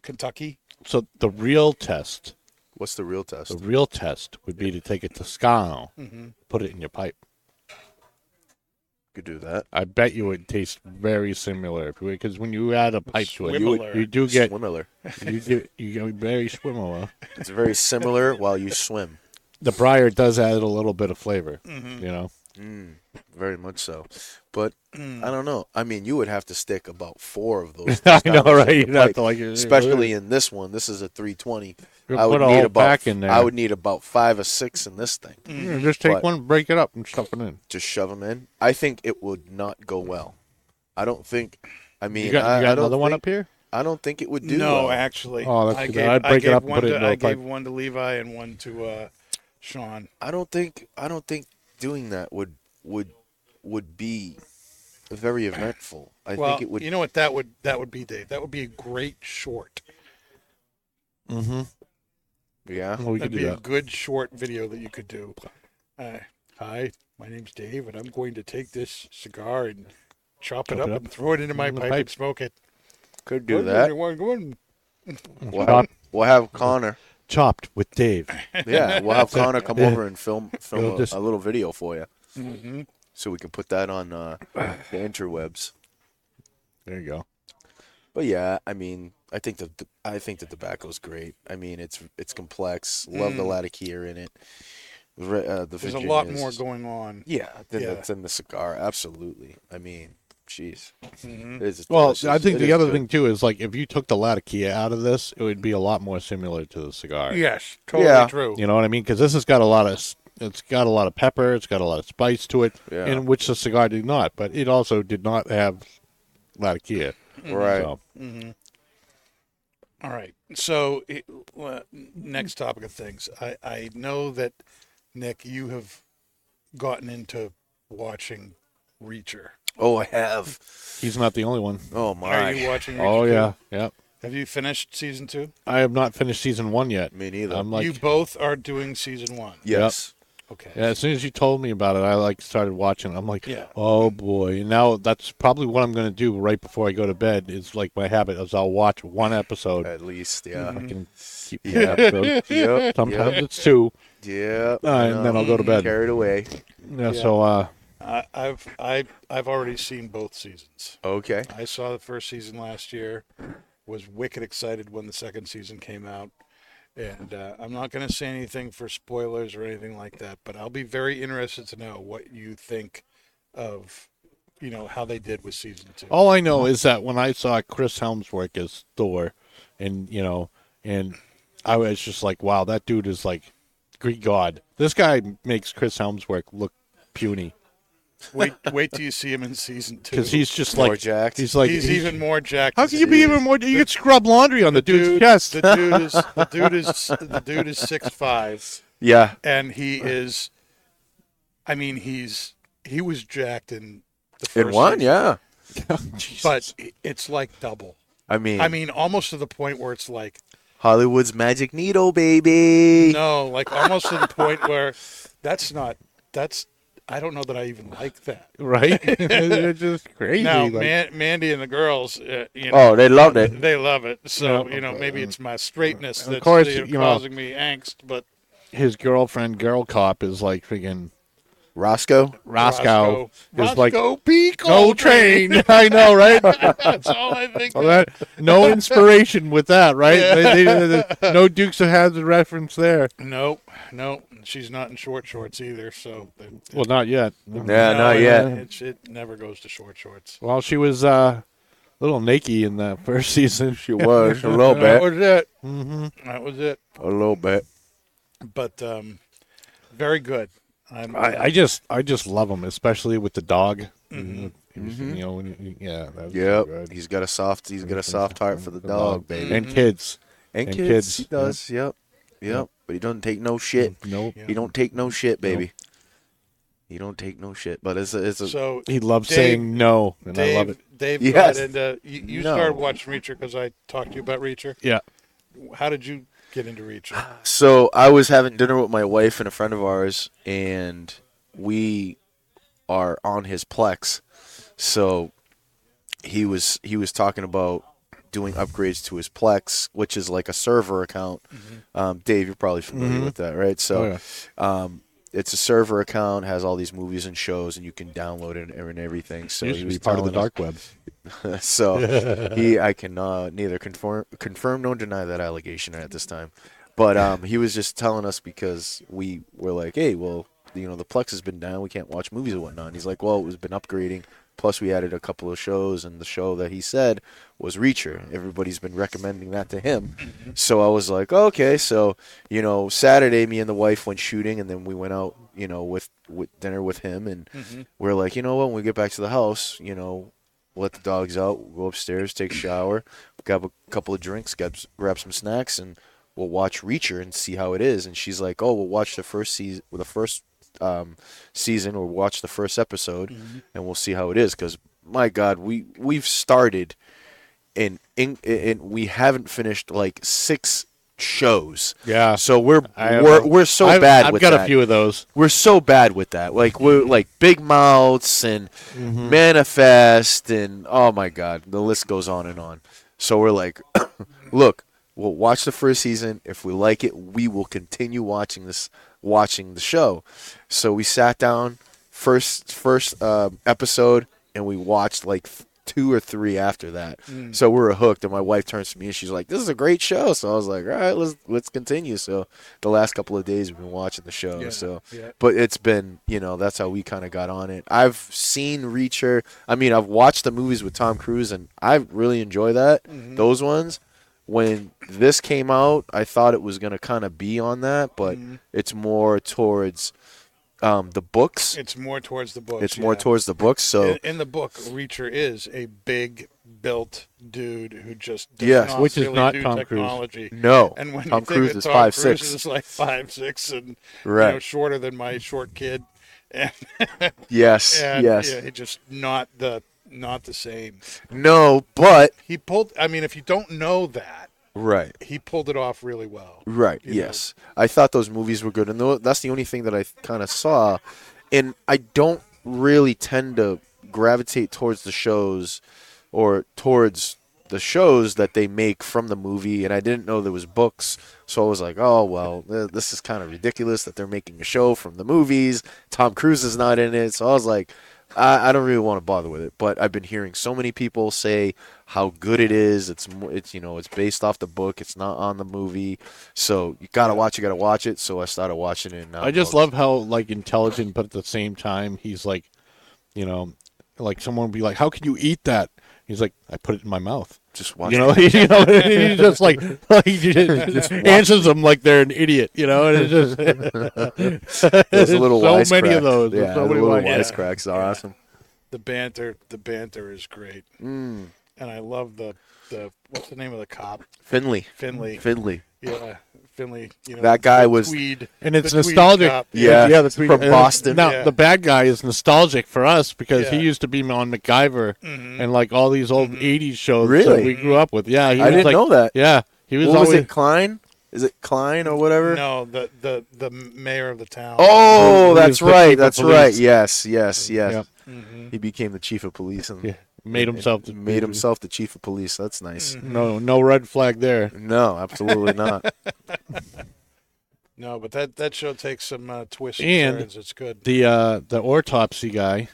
[SPEAKER 2] Kentucky.
[SPEAKER 4] so the real test,
[SPEAKER 3] what's the real test?
[SPEAKER 4] the real test would be to take a Toscano,
[SPEAKER 3] Mm-hmm.
[SPEAKER 4] put it in your pipe.
[SPEAKER 3] Could do that.
[SPEAKER 4] I bet you it tastes very similar because when you add a pipe to it, you,
[SPEAKER 2] Swimmer.
[SPEAKER 4] you do get
[SPEAKER 3] Swimmer.
[SPEAKER 4] you get you get very swimmer.
[SPEAKER 3] It's very similar while you swim.
[SPEAKER 4] The briar does add a little bit of flavor,
[SPEAKER 2] Mm-hmm.
[SPEAKER 4] you know. [laughs]
[SPEAKER 3] Mm, Very much so, but
[SPEAKER 2] Mm. Mm-hmm.
[SPEAKER 3] I don't know. I mean, you would have to stick about four of those.
[SPEAKER 4] [laughs] I know,
[SPEAKER 3] Toscanos in
[SPEAKER 4] right?
[SPEAKER 3] your
[SPEAKER 4] You'd have
[SPEAKER 3] pipe,
[SPEAKER 4] to, like,
[SPEAKER 3] especially in this one. This is a 320.
[SPEAKER 4] You'll
[SPEAKER 3] I would
[SPEAKER 4] put a
[SPEAKER 3] need
[SPEAKER 4] whole
[SPEAKER 3] about.
[SPEAKER 4] pack in there.
[SPEAKER 3] I would need about five or six in this thing.
[SPEAKER 4] You Just take
[SPEAKER 3] But-
[SPEAKER 4] one, break it up, and stuff it in.
[SPEAKER 3] Just shove them in. I think it would not go well. I don't think. I mean,
[SPEAKER 4] You got,
[SPEAKER 3] I,
[SPEAKER 4] you got
[SPEAKER 3] I don't
[SPEAKER 4] another one
[SPEAKER 3] think-
[SPEAKER 4] up here?
[SPEAKER 3] I don't think it would do.
[SPEAKER 2] no,
[SPEAKER 3] well.
[SPEAKER 2] actually,
[SPEAKER 4] Oh, that's
[SPEAKER 2] I
[SPEAKER 4] good.
[SPEAKER 2] gave,
[SPEAKER 4] I'd
[SPEAKER 2] I
[SPEAKER 4] break it
[SPEAKER 2] gave
[SPEAKER 4] up and
[SPEAKER 2] one
[SPEAKER 4] put it
[SPEAKER 2] to,
[SPEAKER 4] in a
[SPEAKER 2] I gave
[SPEAKER 4] pipe.
[SPEAKER 2] one to Levi and one to uh, Sean.
[SPEAKER 3] I don't think. I don't think doing that would would would be very eventful. I
[SPEAKER 2] well,
[SPEAKER 3] think it would.
[SPEAKER 2] you know what that would that would be, Dave. That would be a great short.
[SPEAKER 4] Mm-hmm.
[SPEAKER 3] yeah.
[SPEAKER 4] Well, Oh, we
[SPEAKER 2] That'd
[SPEAKER 4] could do
[SPEAKER 2] be a
[SPEAKER 4] that.
[SPEAKER 2] good short video that you could do. Uh, hi, my name's Dave, and I'm going to take this cigar and chop, it, up
[SPEAKER 4] it up.
[SPEAKER 2] and throw it into my
[SPEAKER 4] In the
[SPEAKER 2] pipe,
[SPEAKER 4] pipe.
[SPEAKER 2] and smoke it.
[SPEAKER 3] Could do
[SPEAKER 2] One,
[SPEAKER 3] that.
[SPEAKER 2] one, one.
[SPEAKER 3] We'll have,
[SPEAKER 4] Chopped,
[SPEAKER 3] we'll have
[SPEAKER 4] [laughs]
[SPEAKER 3] Connor.
[SPEAKER 4] chopped with Dave.
[SPEAKER 3] Yeah,
[SPEAKER 2] [laughs]
[SPEAKER 3] we'll have Connor come over and film
[SPEAKER 4] It'll
[SPEAKER 3] film a,
[SPEAKER 4] just-
[SPEAKER 3] a little video for you,
[SPEAKER 2] Mm-hmm.
[SPEAKER 3] so we can put that on uh, the interwebs.
[SPEAKER 4] There you go.
[SPEAKER 3] But yeah, I mean, I think the the- I think the tobacco's great. I mean, it's it's complex. Love the Latakia in it. The re- Uh, the
[SPEAKER 2] Mm. There's a lot
[SPEAKER 3] Virginias.
[SPEAKER 2] more going on.
[SPEAKER 3] Yeah, than
[SPEAKER 2] Yeah.
[SPEAKER 3] The, than the cigar. Absolutely. I mean, jeez.
[SPEAKER 2] Mm.
[SPEAKER 3] It is
[SPEAKER 4] Well,
[SPEAKER 3] delicious.
[SPEAKER 4] I think
[SPEAKER 3] It
[SPEAKER 4] the
[SPEAKER 3] is
[SPEAKER 4] other
[SPEAKER 3] good.
[SPEAKER 4] thing too is like if you took the Latakia out of this, it would be a lot more similar to the cigar.
[SPEAKER 2] Yes, totally
[SPEAKER 3] Yeah.
[SPEAKER 2] true.
[SPEAKER 4] You know what I mean? Because this has got a lot of s- it's got a lot of pepper, it's got a lot of spice to it,
[SPEAKER 3] Yeah.
[SPEAKER 4] and which the cigar did not. But it also did not have Latakia.
[SPEAKER 3] right?
[SPEAKER 4] So
[SPEAKER 2] Mm-hmm. All right. So, it, uh, next topic of things. I, I know that, Nick, you have gotten into watching Reacher.
[SPEAKER 3] Oh, I have.
[SPEAKER 4] he's not the only one.
[SPEAKER 3] Oh
[SPEAKER 2] Are you
[SPEAKER 3] my.
[SPEAKER 2] watching Reacher?
[SPEAKER 4] Oh
[SPEAKER 2] too?
[SPEAKER 4] yeah, yeah.
[SPEAKER 2] Have you finished season two?
[SPEAKER 4] I have not finished season one yet.
[SPEAKER 3] Me neither.
[SPEAKER 4] I'm like
[SPEAKER 2] you both are doing season one.
[SPEAKER 3] yes.
[SPEAKER 2] Okay.
[SPEAKER 4] Yeah, as soon as you told me about it, I like started watching. I'm like,
[SPEAKER 2] Yeah.
[SPEAKER 4] oh boy. And now that's probably what I'm gonna do right before I go to bed. Is like my habit is I'll watch one episode.
[SPEAKER 3] At least, yeah.
[SPEAKER 4] I can keep
[SPEAKER 3] Yeah.
[SPEAKER 4] yeah. episode. [laughs]
[SPEAKER 3] yep.
[SPEAKER 4] Sometimes
[SPEAKER 3] Yep.
[SPEAKER 4] it's two.
[SPEAKER 3] yep.
[SPEAKER 4] Uh, and then I'll go to bed.
[SPEAKER 3] Carried away.
[SPEAKER 4] Yeah, So uh,
[SPEAKER 2] I, I've I I've already seen both seasons.
[SPEAKER 3] Okay.
[SPEAKER 2] I saw the first season last year. Was wicked excited when the second season came out, and uh, I'm not going to say anything for spoilers or anything like that. But I'll be very interested to know what you think of, you know, how they did with season two.
[SPEAKER 4] all I know is that when I saw Chris Helmsworth as Thor, and you know, and I was just like, wow, that dude is like Greek god. This guy makes Chris Helmsworth look puny
[SPEAKER 2] Wait, wait till you see him in
[SPEAKER 4] [laughs]
[SPEAKER 2] season two.
[SPEAKER 4] because he's just
[SPEAKER 3] More
[SPEAKER 4] like
[SPEAKER 3] jacked.
[SPEAKER 4] he's like
[SPEAKER 2] he's, even more jacked.
[SPEAKER 4] How
[SPEAKER 2] as
[SPEAKER 4] can
[SPEAKER 2] he
[SPEAKER 4] you be
[SPEAKER 2] is.
[SPEAKER 4] even more? You could scrub laundry on the, dude's
[SPEAKER 2] dude,
[SPEAKER 4] chest. [laughs]
[SPEAKER 2] The dude is the dude is the dude is six five,
[SPEAKER 3] Yeah.
[SPEAKER 2] and he is. I mean, he's he was jacked in the first
[SPEAKER 3] In one,
[SPEAKER 2] season,
[SPEAKER 3] yeah. Mm.
[SPEAKER 2] but it's like double.
[SPEAKER 3] I mean,
[SPEAKER 2] I mean, almost to the point where it's like
[SPEAKER 3] Hollywood's Magic Needle, baby.
[SPEAKER 2] no, like almost to the point where that's not that's. I don't know that I even like that.
[SPEAKER 4] [laughs] right? They're just crazy.
[SPEAKER 2] Now,
[SPEAKER 4] like-
[SPEAKER 2] Man- Mandy and the girls, uh, you know,
[SPEAKER 3] Oh, they
[SPEAKER 2] [laughs]
[SPEAKER 3] loved it.
[SPEAKER 2] they love it. So
[SPEAKER 4] Yeah.
[SPEAKER 2] you know, maybe it's my straightness that's
[SPEAKER 4] course,
[SPEAKER 2] you know,
[SPEAKER 4] you know-
[SPEAKER 2] causing me angst. But
[SPEAKER 4] his girlfriend, girl cop, is like freaking
[SPEAKER 3] Roscoe.
[SPEAKER 4] Roscoe. Is like
[SPEAKER 2] Roscoe Peak.
[SPEAKER 4] no train. [laughs] I know, right?
[SPEAKER 2] That's all I think.
[SPEAKER 4] Well, that- no inspiration with that, right? They- they- they- no Dukes of Hazzard reference there.
[SPEAKER 2] No, no, she's not in short shorts either. So
[SPEAKER 4] Well, not yet.
[SPEAKER 3] Yeah, not yet.
[SPEAKER 2] It, it never goes to short shorts.
[SPEAKER 4] Well, she was uh, a little naked in the first [laughs] season.
[SPEAKER 3] She [laughs] was a little
[SPEAKER 2] That
[SPEAKER 3] bit.
[SPEAKER 2] was it.
[SPEAKER 4] hmm
[SPEAKER 2] That was it.
[SPEAKER 3] A little bit.
[SPEAKER 2] But um, very good. I'm,
[SPEAKER 4] I, I just, I just love him, especially with the dog.
[SPEAKER 2] Mm-hmm.
[SPEAKER 4] Mm-hmm. He was,
[SPEAKER 3] Mhm.
[SPEAKER 4] You know, when he- yeah, that was so
[SPEAKER 3] Yep.
[SPEAKER 4] good.
[SPEAKER 3] He's got a soft. He's got a soft heart for the
[SPEAKER 4] The
[SPEAKER 3] dog, baby.
[SPEAKER 4] and kids.
[SPEAKER 3] And,
[SPEAKER 4] and
[SPEAKER 3] kids,
[SPEAKER 4] kids,
[SPEAKER 3] He
[SPEAKER 4] yep.
[SPEAKER 3] does. Yep. Yep. But he doesn't take no shit.
[SPEAKER 4] Nope.
[SPEAKER 2] Yeah.
[SPEAKER 3] He don't take no shit, baby. He don't take no shit. But it's a, it's a
[SPEAKER 2] so
[SPEAKER 4] He loves
[SPEAKER 2] Dave-
[SPEAKER 4] saying no, and
[SPEAKER 2] Dave,
[SPEAKER 4] I love it.
[SPEAKER 2] Dave,
[SPEAKER 3] Yes.
[SPEAKER 2] got into, you, you
[SPEAKER 3] No.
[SPEAKER 2] started watching Reacher because I talked to you about Reacher.
[SPEAKER 4] Yeah.
[SPEAKER 2] How did you get into Reacher?
[SPEAKER 3] [sighs] So I was having dinner with my wife and a friend of ours, and we are on his Plex. So he was he was talking about doing upgrades to his Plex, which is like a server account. Um, Dave, you're probably familiar with that, right? So
[SPEAKER 4] Oh, yeah.
[SPEAKER 3] um, it's a server account, has all these movies and shows, and you can download it and everything. So
[SPEAKER 4] used
[SPEAKER 3] he
[SPEAKER 4] to
[SPEAKER 3] was
[SPEAKER 4] be part of the
[SPEAKER 3] telling us-
[SPEAKER 4] dark
[SPEAKER 3] [laughs]
[SPEAKER 4] web.
[SPEAKER 3] so he, I can uh, neither confirm, confirm nor deny that allegation at this time. But um, he was just telling us because we were like, hey, well, you know, the Plex has been down. We can't watch movies and whatnot. And he's like, well, it was been upgrading. Plus, we added a couple of shows, and the show that he said was Reacher. Everybody's been recommending that to him. So I was like, okay. So, you know, Saturday, me and the wife went shooting, and then we went out, you know, with, with dinner with him. And we're like, you know what? When we get back to the house, you know, let the dogs out, we'll go upstairs, take a shower, grab a couple of drinks, grab, grab some snacks, and we'll watch Reacher and see how it is. And she's like, "Oh, we'll watch the first season, the first um, season, or watch the first episode, and we'll see how it is." Because my God, we we've started, and in, and we haven't finished like six shows.
[SPEAKER 4] Yeah.
[SPEAKER 3] So we're
[SPEAKER 4] I- uh,
[SPEAKER 3] we're, we're so
[SPEAKER 4] I've-
[SPEAKER 3] bad.
[SPEAKER 4] I've
[SPEAKER 3] with
[SPEAKER 4] got
[SPEAKER 3] that
[SPEAKER 4] a few of those.
[SPEAKER 3] we're so bad with that. Like we're like big mouths and manifest and oh my god, the list goes on and on. So we're like, look, we'll watch the first season. If we like it, we will continue watching this, watching the show. So we sat down first first um, episode and we watched like th- two or three after that.
[SPEAKER 2] Mm.
[SPEAKER 3] So we were hooked. And my wife turns to me and she's like, "This is a great show." So I was like, "All right, let's let's continue." So the last couple of days we've been watching the show.
[SPEAKER 2] Yeah,
[SPEAKER 3] so,
[SPEAKER 2] yeah.
[SPEAKER 3] but it's been you know that's how we kind of got on it. I've seen Reacher. I mean, I've watched the movies with Tom Cruise and I really enjoy that
[SPEAKER 2] Mm-hmm.
[SPEAKER 3] those ones. When this came out, I thought it was gonna kind of be on that, but
[SPEAKER 2] Mm-hmm.
[SPEAKER 3] it's more towards um, the books.
[SPEAKER 2] It's more towards the books.
[SPEAKER 3] It's more
[SPEAKER 2] yeah.
[SPEAKER 3] towards the books. So
[SPEAKER 2] in, in the book, Reacher is a big built dude who just does
[SPEAKER 3] Yes,
[SPEAKER 2] not
[SPEAKER 4] which is
[SPEAKER 2] really
[SPEAKER 4] not
[SPEAKER 2] do
[SPEAKER 4] Tom Cruise.
[SPEAKER 2] technology.
[SPEAKER 3] No.
[SPEAKER 2] and when
[SPEAKER 3] Tom
[SPEAKER 2] you
[SPEAKER 3] Cruise
[SPEAKER 2] think
[SPEAKER 3] is
[SPEAKER 2] that Tom
[SPEAKER 3] 5'6".
[SPEAKER 2] Cruise is like five six and you know,
[SPEAKER 3] Right.
[SPEAKER 2] shorter than my short kid, and,
[SPEAKER 3] yes,
[SPEAKER 2] and
[SPEAKER 3] yes,
[SPEAKER 2] yeah, he just not the not the same.
[SPEAKER 3] no, but
[SPEAKER 2] He pulled. I mean, if you don't know that,
[SPEAKER 3] Right.
[SPEAKER 2] He pulled it off really well.
[SPEAKER 3] Right.
[SPEAKER 2] you know.
[SPEAKER 3] yes, I thought those movies were good, and tho- that's the only thing that I kind of saw. And I don't really tend to gravitate towards the shows or towards the shows that they make from the movie. And I didn't know there was books, so I was like, oh well, th- this is kind of ridiculous that they're making a show from the movies. Tom Cruise is not in it, so I was like. I I don't really want to bother with it, but I've been hearing so many people say how good it is. It's mo- it's you know it's based off the book. It's not on the movie, so you gotta watch. You gotta watch it. So I started watching it. And now
[SPEAKER 4] I just
[SPEAKER 3] I'm
[SPEAKER 4] love how like intelligent, but at the same time, he's like, you know, like someone would be like, "How can you eat that?" He's like, "I put it in my mouth."
[SPEAKER 3] just watch.
[SPEAKER 4] you know, [laughs] you know, he's just like, like he just, answers them like they're an idiot. You know, and
[SPEAKER 3] [laughs]
[SPEAKER 4] it's just
[SPEAKER 3] There's a little
[SPEAKER 4] [laughs] so
[SPEAKER 3] wisecrack.
[SPEAKER 4] many of those.
[SPEAKER 3] Yeah,
[SPEAKER 4] There's so
[SPEAKER 3] the
[SPEAKER 4] many
[SPEAKER 3] little
[SPEAKER 4] like-
[SPEAKER 3] wisecracks are awesome.
[SPEAKER 2] The banter, the banter is great,
[SPEAKER 3] Mm,
[SPEAKER 2] and I love the the what's the name of the cop
[SPEAKER 3] Finley,
[SPEAKER 2] Finley.
[SPEAKER 3] Finley.
[SPEAKER 2] yeah, Finley. You know
[SPEAKER 3] That guy
[SPEAKER 2] the
[SPEAKER 3] was-
[SPEAKER 2] Tweed,
[SPEAKER 4] and it's
[SPEAKER 2] the Tweed
[SPEAKER 4] nostalgic.
[SPEAKER 2] cop.
[SPEAKER 3] Yeah,
[SPEAKER 4] yeah, the Tweed-
[SPEAKER 3] from
[SPEAKER 4] and
[SPEAKER 3] Boston.
[SPEAKER 4] Now
[SPEAKER 2] Yeah.
[SPEAKER 4] the bad guy is nostalgic for us because he
[SPEAKER 2] Yeah. Mm-hmm.
[SPEAKER 4] used to be on MacGyver and like all these old '80s shows
[SPEAKER 3] Really?
[SPEAKER 4] that we grew up with. Yeah, he
[SPEAKER 3] I
[SPEAKER 4] was
[SPEAKER 3] didn't
[SPEAKER 4] like,
[SPEAKER 3] know that.
[SPEAKER 4] Yeah, he was
[SPEAKER 3] What was
[SPEAKER 4] always
[SPEAKER 3] it? Klein? Is it Klein or
[SPEAKER 2] Mm-hmm.
[SPEAKER 3] whatever?
[SPEAKER 2] No, the the the mayor of the town.
[SPEAKER 4] He
[SPEAKER 3] Oh,
[SPEAKER 4] was
[SPEAKER 3] that's
[SPEAKER 4] the chief
[SPEAKER 3] right.
[SPEAKER 4] of
[SPEAKER 3] That's
[SPEAKER 4] police.
[SPEAKER 3] right. Yes, yes, yes.
[SPEAKER 4] Yep.
[SPEAKER 2] Mm-hmm.
[SPEAKER 3] He became the chief of police and
[SPEAKER 4] Yeah, made himself the-
[SPEAKER 3] made himself the chief of police. That's nice.
[SPEAKER 4] No, no red flag there.
[SPEAKER 2] Mm-hmm. [laughs]
[SPEAKER 3] No, absolutely not.
[SPEAKER 2] no, but that that show takes some uh, twists
[SPEAKER 4] And-
[SPEAKER 2] and turns. It's good.
[SPEAKER 4] The uh the autopsy guy,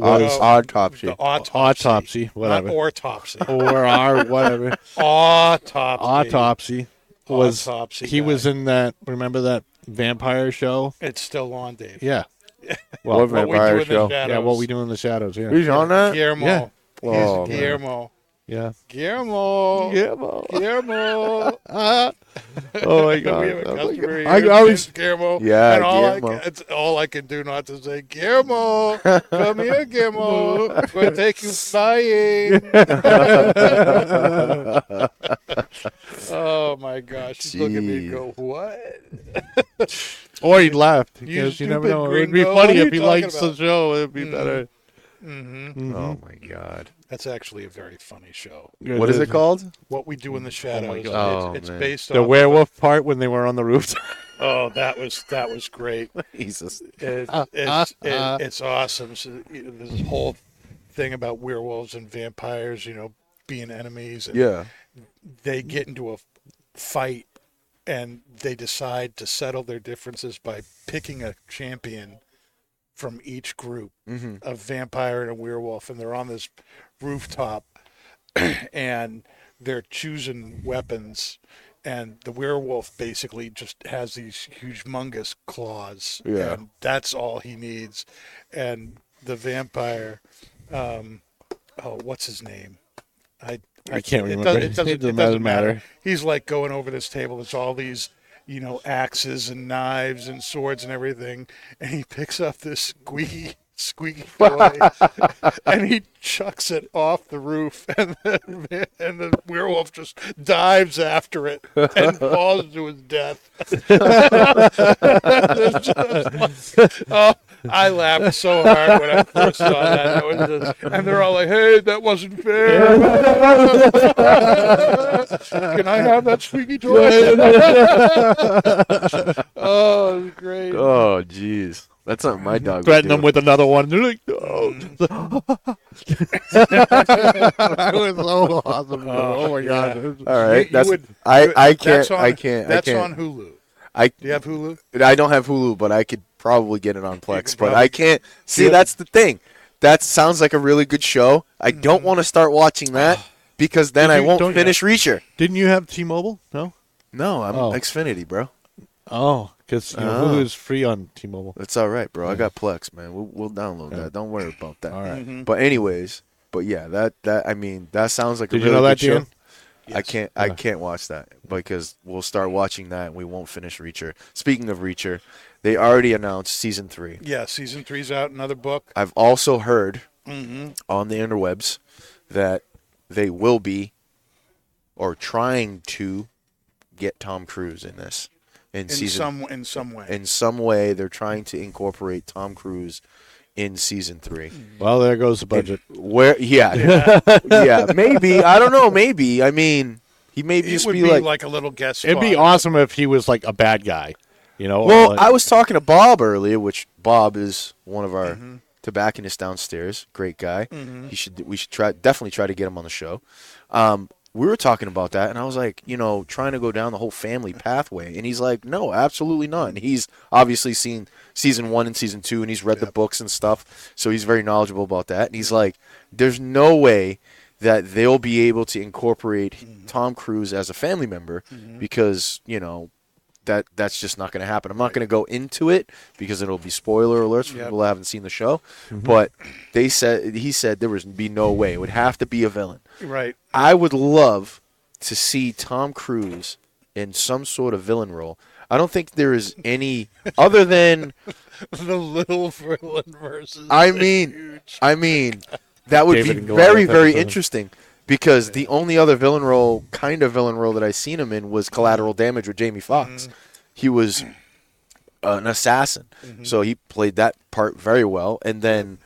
[SPEAKER 3] Odd,
[SPEAKER 2] Well,
[SPEAKER 3] autopsy.
[SPEAKER 2] The autopsy,
[SPEAKER 4] autopsy,
[SPEAKER 2] not
[SPEAKER 4] whatever,
[SPEAKER 2] autopsy,
[SPEAKER 4] or
[SPEAKER 2] [laughs]
[SPEAKER 4] our whatever
[SPEAKER 2] autopsy,
[SPEAKER 4] autopsy was.
[SPEAKER 2] Autopsy
[SPEAKER 4] he
[SPEAKER 2] guy.
[SPEAKER 4] was in that. Remember that vampire show?
[SPEAKER 2] It's still on, Dave.
[SPEAKER 4] Yeah.
[SPEAKER 3] Well,
[SPEAKER 4] Well,
[SPEAKER 2] What we do
[SPEAKER 3] vampire
[SPEAKER 2] in the
[SPEAKER 3] show.
[SPEAKER 2] shadows.
[SPEAKER 4] yeah. What we do in the shadows? Yeah.
[SPEAKER 3] Who's on that?
[SPEAKER 2] Guillermo.
[SPEAKER 4] Yeah.
[SPEAKER 3] Oh,
[SPEAKER 2] He's
[SPEAKER 3] man.
[SPEAKER 2] Guillermo.
[SPEAKER 4] Yeah.
[SPEAKER 2] Guillermo. [laughs]
[SPEAKER 4] Yeah. [laughs]
[SPEAKER 2] Guillermo.
[SPEAKER 4] Oh my
[SPEAKER 2] Oh. we
[SPEAKER 4] god.
[SPEAKER 2] have a
[SPEAKER 4] I was like-
[SPEAKER 2] customer
[SPEAKER 4] I
[SPEAKER 2] here.
[SPEAKER 4] always-
[SPEAKER 2] It's Guillermo.
[SPEAKER 3] Yeah,
[SPEAKER 2] and all I,
[SPEAKER 3] Guillermo.
[SPEAKER 2] ca- it's all I can do not to say, Guillermo, come here, Guillermo. I'm
[SPEAKER 4] [laughs]
[SPEAKER 2] going to take you flying. [laughs] oh, my gosh. She's looking at me
[SPEAKER 3] Gee.
[SPEAKER 2] and go, what?
[SPEAKER 4] Or he left
[SPEAKER 2] You
[SPEAKER 4] because you, never
[SPEAKER 2] stupid
[SPEAKER 4] know. It would be
[SPEAKER 2] gringo. What
[SPEAKER 4] funny
[SPEAKER 2] are
[SPEAKER 4] if
[SPEAKER 2] you
[SPEAKER 4] he
[SPEAKER 2] talking
[SPEAKER 4] likes the
[SPEAKER 2] about? Mm.
[SPEAKER 4] show. It'd be better.
[SPEAKER 2] Mm-hmm.
[SPEAKER 3] Oh my god.
[SPEAKER 2] That's actually a very funny show.
[SPEAKER 3] What is it called?
[SPEAKER 2] What We Do in the Shadows.
[SPEAKER 3] God. Oh,
[SPEAKER 2] it's it's
[SPEAKER 3] man.
[SPEAKER 2] based
[SPEAKER 4] The
[SPEAKER 2] on.
[SPEAKER 4] werewolf part when they were on the roof. [laughs]
[SPEAKER 2] oh, that was that was great.
[SPEAKER 3] Jesus.
[SPEAKER 2] It,
[SPEAKER 4] uh,
[SPEAKER 2] it's, it-
[SPEAKER 4] uh.
[SPEAKER 2] it's awesome. So, you know, this whole thing about werewolves and vampires, you know, being enemies, and
[SPEAKER 3] Yeah.
[SPEAKER 2] they get into a fight, and they decide to settle their differences by picking a champion from each group, a vampire and a werewolf, and they're on this rooftop, [clears throat] and they're choosing weapons. And the werewolf basically just has these huge, humongous claws,
[SPEAKER 3] Yeah.
[SPEAKER 2] and that's all he needs. And the vampire, um, oh, what's his name? I
[SPEAKER 4] I can't
[SPEAKER 2] it
[SPEAKER 4] remember.
[SPEAKER 2] does- It doesn't, it doesn't matter. He's like going over this table. There's all these, you know, axes and knives and swords and everything, and he picks up this squeaky, [laughs] squeaky toy, and he chucks it off the roof, [laughs] and the, and the werewolf just dives after it and falls to his death. [laughs] It's just like- oh, I laughed so hard when I first saw that. It was just- and they're all like, "Hey, that wasn't
[SPEAKER 4] [laughs]
[SPEAKER 2] fair." Can I have that squeaky toy? [laughs] oh, it was great.
[SPEAKER 3] Oh jeez. That's not my dog. would
[SPEAKER 4] Threaten
[SPEAKER 3] do.
[SPEAKER 4] them with another one. They're like, no.
[SPEAKER 2] Mm.
[SPEAKER 4] that was so awesome. [laughs] Oh my god.
[SPEAKER 3] All right.
[SPEAKER 2] you
[SPEAKER 3] that's
[SPEAKER 2] would-
[SPEAKER 3] I I can't
[SPEAKER 2] That's on,
[SPEAKER 3] I can't
[SPEAKER 2] That's
[SPEAKER 3] I
[SPEAKER 2] on
[SPEAKER 3] can't
[SPEAKER 2] Hulu.
[SPEAKER 3] I
[SPEAKER 2] Do you have Hulu?
[SPEAKER 3] I don't have Hulu, but I could probably get it on Plex. But
[SPEAKER 2] probably-
[SPEAKER 3] I can't. See, that's the thing. That sounds like a really good show. I
[SPEAKER 2] Mm-hmm.
[SPEAKER 3] don't want to start watching
[SPEAKER 2] Ah.
[SPEAKER 3] that because then
[SPEAKER 4] Did
[SPEAKER 3] I
[SPEAKER 4] you-
[SPEAKER 3] won't
[SPEAKER 4] don't-
[SPEAKER 3] finish Reacher.
[SPEAKER 4] Didn't you have T-Mobile? No.
[SPEAKER 3] No, I'm
[SPEAKER 4] Oh.
[SPEAKER 3] Xfinity, bro.
[SPEAKER 4] Oh, because
[SPEAKER 3] Oh.
[SPEAKER 4] Hulu is free on T-Mobile.
[SPEAKER 3] That's all right, bro. I got Plex, man. We'll, we'll download that. Don't worry about that.
[SPEAKER 4] All right.
[SPEAKER 3] But anyways, but yeah, that that I mean, that sounds like
[SPEAKER 4] Did
[SPEAKER 3] a
[SPEAKER 4] you
[SPEAKER 3] really
[SPEAKER 4] know that,
[SPEAKER 3] good show.
[SPEAKER 4] Dan?
[SPEAKER 3] I can't I can't watch that because we'll start watching that and we won't finish Reacher. Speaking of Reacher, they already announced season three.
[SPEAKER 2] Yeah, season three's out. Another book.
[SPEAKER 3] I've also heard on the interwebs that they will be or trying to get Tom Cruise in this in,
[SPEAKER 2] In
[SPEAKER 3] season
[SPEAKER 2] some in some way.
[SPEAKER 3] in some way they're trying to incorporate Tom Cruise in season three.
[SPEAKER 4] Well, there goes the budget.
[SPEAKER 2] [laughs]
[SPEAKER 3] Where yeah. yeah, maybe. I don't know, maybe. I mean, He may
[SPEAKER 2] It
[SPEAKER 3] just
[SPEAKER 2] would
[SPEAKER 3] be,
[SPEAKER 2] be like,
[SPEAKER 3] like,
[SPEAKER 2] a little guest.
[SPEAKER 4] It'd be
[SPEAKER 2] spot.
[SPEAKER 4] awesome if he was like a bad guy, you know. or,
[SPEAKER 3] Well,
[SPEAKER 4] like-
[SPEAKER 3] I was talking to Bob earlier, which Bob is one of our
[SPEAKER 4] Mm-hmm.
[SPEAKER 3] tobacconists downstairs. Great guy. He should we should try definitely try to get him on the show. Um, we were talking about that, and I was like, you know, trying to go down the whole family pathway, and he's like, no, absolutely not. And he's obviously seen season one and season two, and he's read the books and stuff, so he's very knowledgeable about that. And he's like, there's no way that they'll be able to incorporate
[SPEAKER 4] Mm-hmm.
[SPEAKER 3] Tom Cruise as a family member because you know that that's just not going to happen. I'm not going to go into it because it'll be spoiler alerts for
[SPEAKER 2] Yep.
[SPEAKER 3] people that haven't seen the show. But they said he said there would be no way. It would have to be a villain.
[SPEAKER 2] right. [laughs]
[SPEAKER 3] I would love to see Tom Cruise in some sort of villain role. I don't think there is any other than
[SPEAKER 2] the little villain versus.
[SPEAKER 3] I
[SPEAKER 2] the
[SPEAKER 3] mean-
[SPEAKER 2] huge.
[SPEAKER 3] I mean that would
[SPEAKER 4] David
[SPEAKER 3] be
[SPEAKER 4] and Goliath
[SPEAKER 3] very very
[SPEAKER 4] episode.
[SPEAKER 3] interesting because the only other villain role kind of villain role that I seen him in was Collateral Damage with Jamie Foxx. He was an assassin. So he played that part very well. And then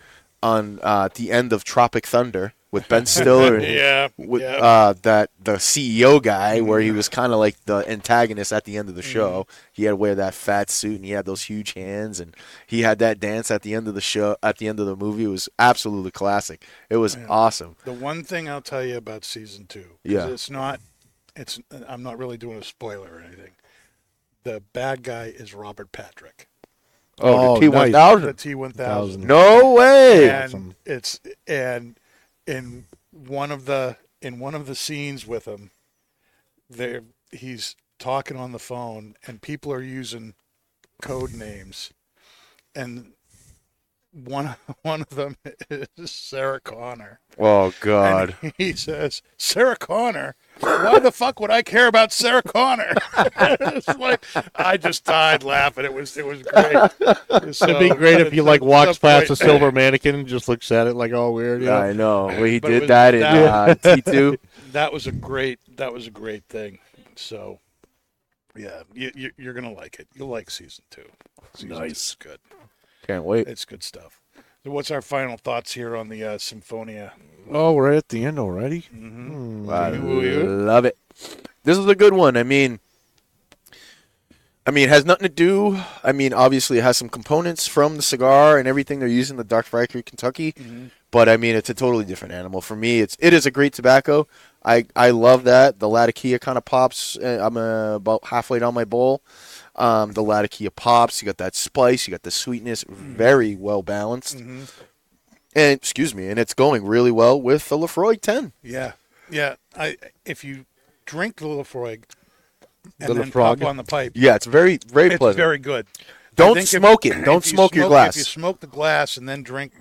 [SPEAKER 3] on uh, at the end of Tropic Thunder with
[SPEAKER 4] [laughs]
[SPEAKER 3] Ben Stiller and
[SPEAKER 2] yeah,
[SPEAKER 3] with
[SPEAKER 2] yeah. Mm-hmm.
[SPEAKER 3] uh, that the CEO guy, where he was kind of like the antagonist at the end of the show. He had to wear that fat suit and he had those huge hands and he had that dance at the end of the show. At the end of the movie, it was absolutely classic. It was awesome.
[SPEAKER 2] the one thing I'll tell you about season two. 'cause
[SPEAKER 3] Yeah.
[SPEAKER 2] it's not. It's. I'm not really doing a spoiler or anything. The bad guy is Robert Patrick,
[SPEAKER 4] Oh,
[SPEAKER 3] the
[SPEAKER 4] nice.
[SPEAKER 2] the
[SPEAKER 3] T1000.
[SPEAKER 2] T1000,
[SPEAKER 3] No way.
[SPEAKER 2] and
[SPEAKER 4] Awesome.
[SPEAKER 2] it's and in one of the in one of the scenes with him, there he's talking on the phone, and people are using code names, and one [laughs] one of them is Sarah Connor.
[SPEAKER 3] Oh God.
[SPEAKER 2] And [laughs] he says, Sarah Connor. Why the fuck would I care about Sarah Connor? [laughs] it's like I just died laughing. It was it was great. So,
[SPEAKER 4] It'd be great if he
[SPEAKER 2] it's
[SPEAKER 4] like
[SPEAKER 2] a-
[SPEAKER 4] walks
[SPEAKER 2] it's a
[SPEAKER 4] past a
[SPEAKER 2] point.
[SPEAKER 4] silver mannequin and just looks at it like all weird. You know?
[SPEAKER 3] I know. Well, he
[SPEAKER 2] But it
[SPEAKER 3] did
[SPEAKER 2] was
[SPEAKER 3] that in uh,
[SPEAKER 2] that- [laughs]
[SPEAKER 3] T2.
[SPEAKER 2] That was a great that was a great thing. So yeah, you, you, you're gonna like it. You'll like season two. Season nice, is good.
[SPEAKER 3] Can't wait.
[SPEAKER 2] It's good stuff. So what's our final thoughts here on the uh, Symphonia?
[SPEAKER 4] Oh, we're at the end already.
[SPEAKER 3] I
[SPEAKER 2] Will you?
[SPEAKER 3] love it. This is a good one. I mean, I mean, it has nothing to do. I mean, obviously, it has some components from the cigar and everything they're using the Dark Factory Kentucky. But I mean, it's a totally different animal for me. It's it is a great tobacco. I I love that the Latakia kind of pops. uh, I'm uh, about halfway down my bowl. Um, the Latakia pops. You got that spice. You got the sweetness. Very well balanced. And excuse me, and it's going really well with the Lefroy Ten.
[SPEAKER 2] Yeah, yeah. I if you drink the Lefroy and
[SPEAKER 4] The
[SPEAKER 2] then
[SPEAKER 4] Laphroaig.
[SPEAKER 2] pop on the pipe,
[SPEAKER 3] Yeah, it's very very
[SPEAKER 2] it's
[SPEAKER 3] pleasant.
[SPEAKER 2] very good. I
[SPEAKER 3] Don't
[SPEAKER 2] think if-
[SPEAKER 3] smoke it.
[SPEAKER 2] if
[SPEAKER 3] Don't
[SPEAKER 2] you
[SPEAKER 3] smoke your
[SPEAKER 2] If you
[SPEAKER 3] glass.
[SPEAKER 2] smoke the glass and then drink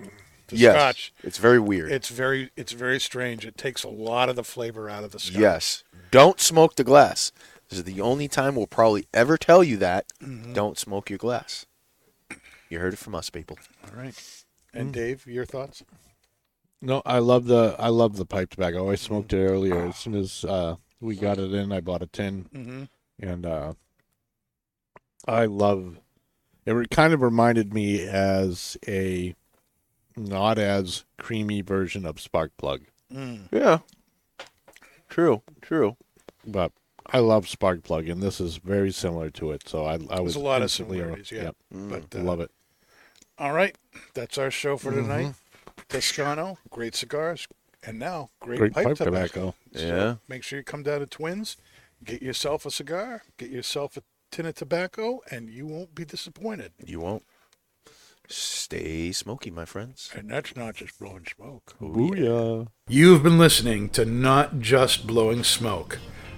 [SPEAKER 2] the
[SPEAKER 3] Yes,
[SPEAKER 2] scotch,
[SPEAKER 3] it's very weird.
[SPEAKER 2] it's very it's very strange. It takes a lot of the flavor out of the scotch.
[SPEAKER 3] yes, don't smoke the glass. This is the only time we'll probably ever tell you that.
[SPEAKER 2] Mm-hmm.
[SPEAKER 3] Don't smoke your glass. You heard it from us, people.
[SPEAKER 2] All right. And
[SPEAKER 4] Mm.
[SPEAKER 2] Dave, your thoughts?
[SPEAKER 4] No, I love the I love the pipe tobacco. I smoked it earlier. As soon as uh, we got it in, I bought a tin,
[SPEAKER 2] Mm-hmm.
[SPEAKER 4] and uh, I love. It re- kind of reminded me as a not as creamy version of spark plug,
[SPEAKER 2] Mm.
[SPEAKER 3] Yeah. True. True.
[SPEAKER 4] but I love spark plug, and this is very similar to it. So I I was
[SPEAKER 2] a lot of
[SPEAKER 4] instantly-
[SPEAKER 2] similarities, yeah.
[SPEAKER 4] yep,
[SPEAKER 2] But uh,
[SPEAKER 4] love it.
[SPEAKER 2] all right, that's our show for
[SPEAKER 4] Mm-hmm.
[SPEAKER 2] tonight. Toscano, great cigars, and now great,
[SPEAKER 4] Great
[SPEAKER 2] pipe,
[SPEAKER 4] pipe
[SPEAKER 2] tobacco.
[SPEAKER 4] tobacco.
[SPEAKER 2] So
[SPEAKER 3] Yeah.
[SPEAKER 2] Make sure you come down to Twins, get yourself a cigar, get yourself a tin of tobacco, and you won't be disappointed.
[SPEAKER 3] You won't. Stay smoky, my friends.
[SPEAKER 2] And that's not just blowing smoke.
[SPEAKER 4] Booyah.
[SPEAKER 2] You've been listening to Not Just Blowing Smoke,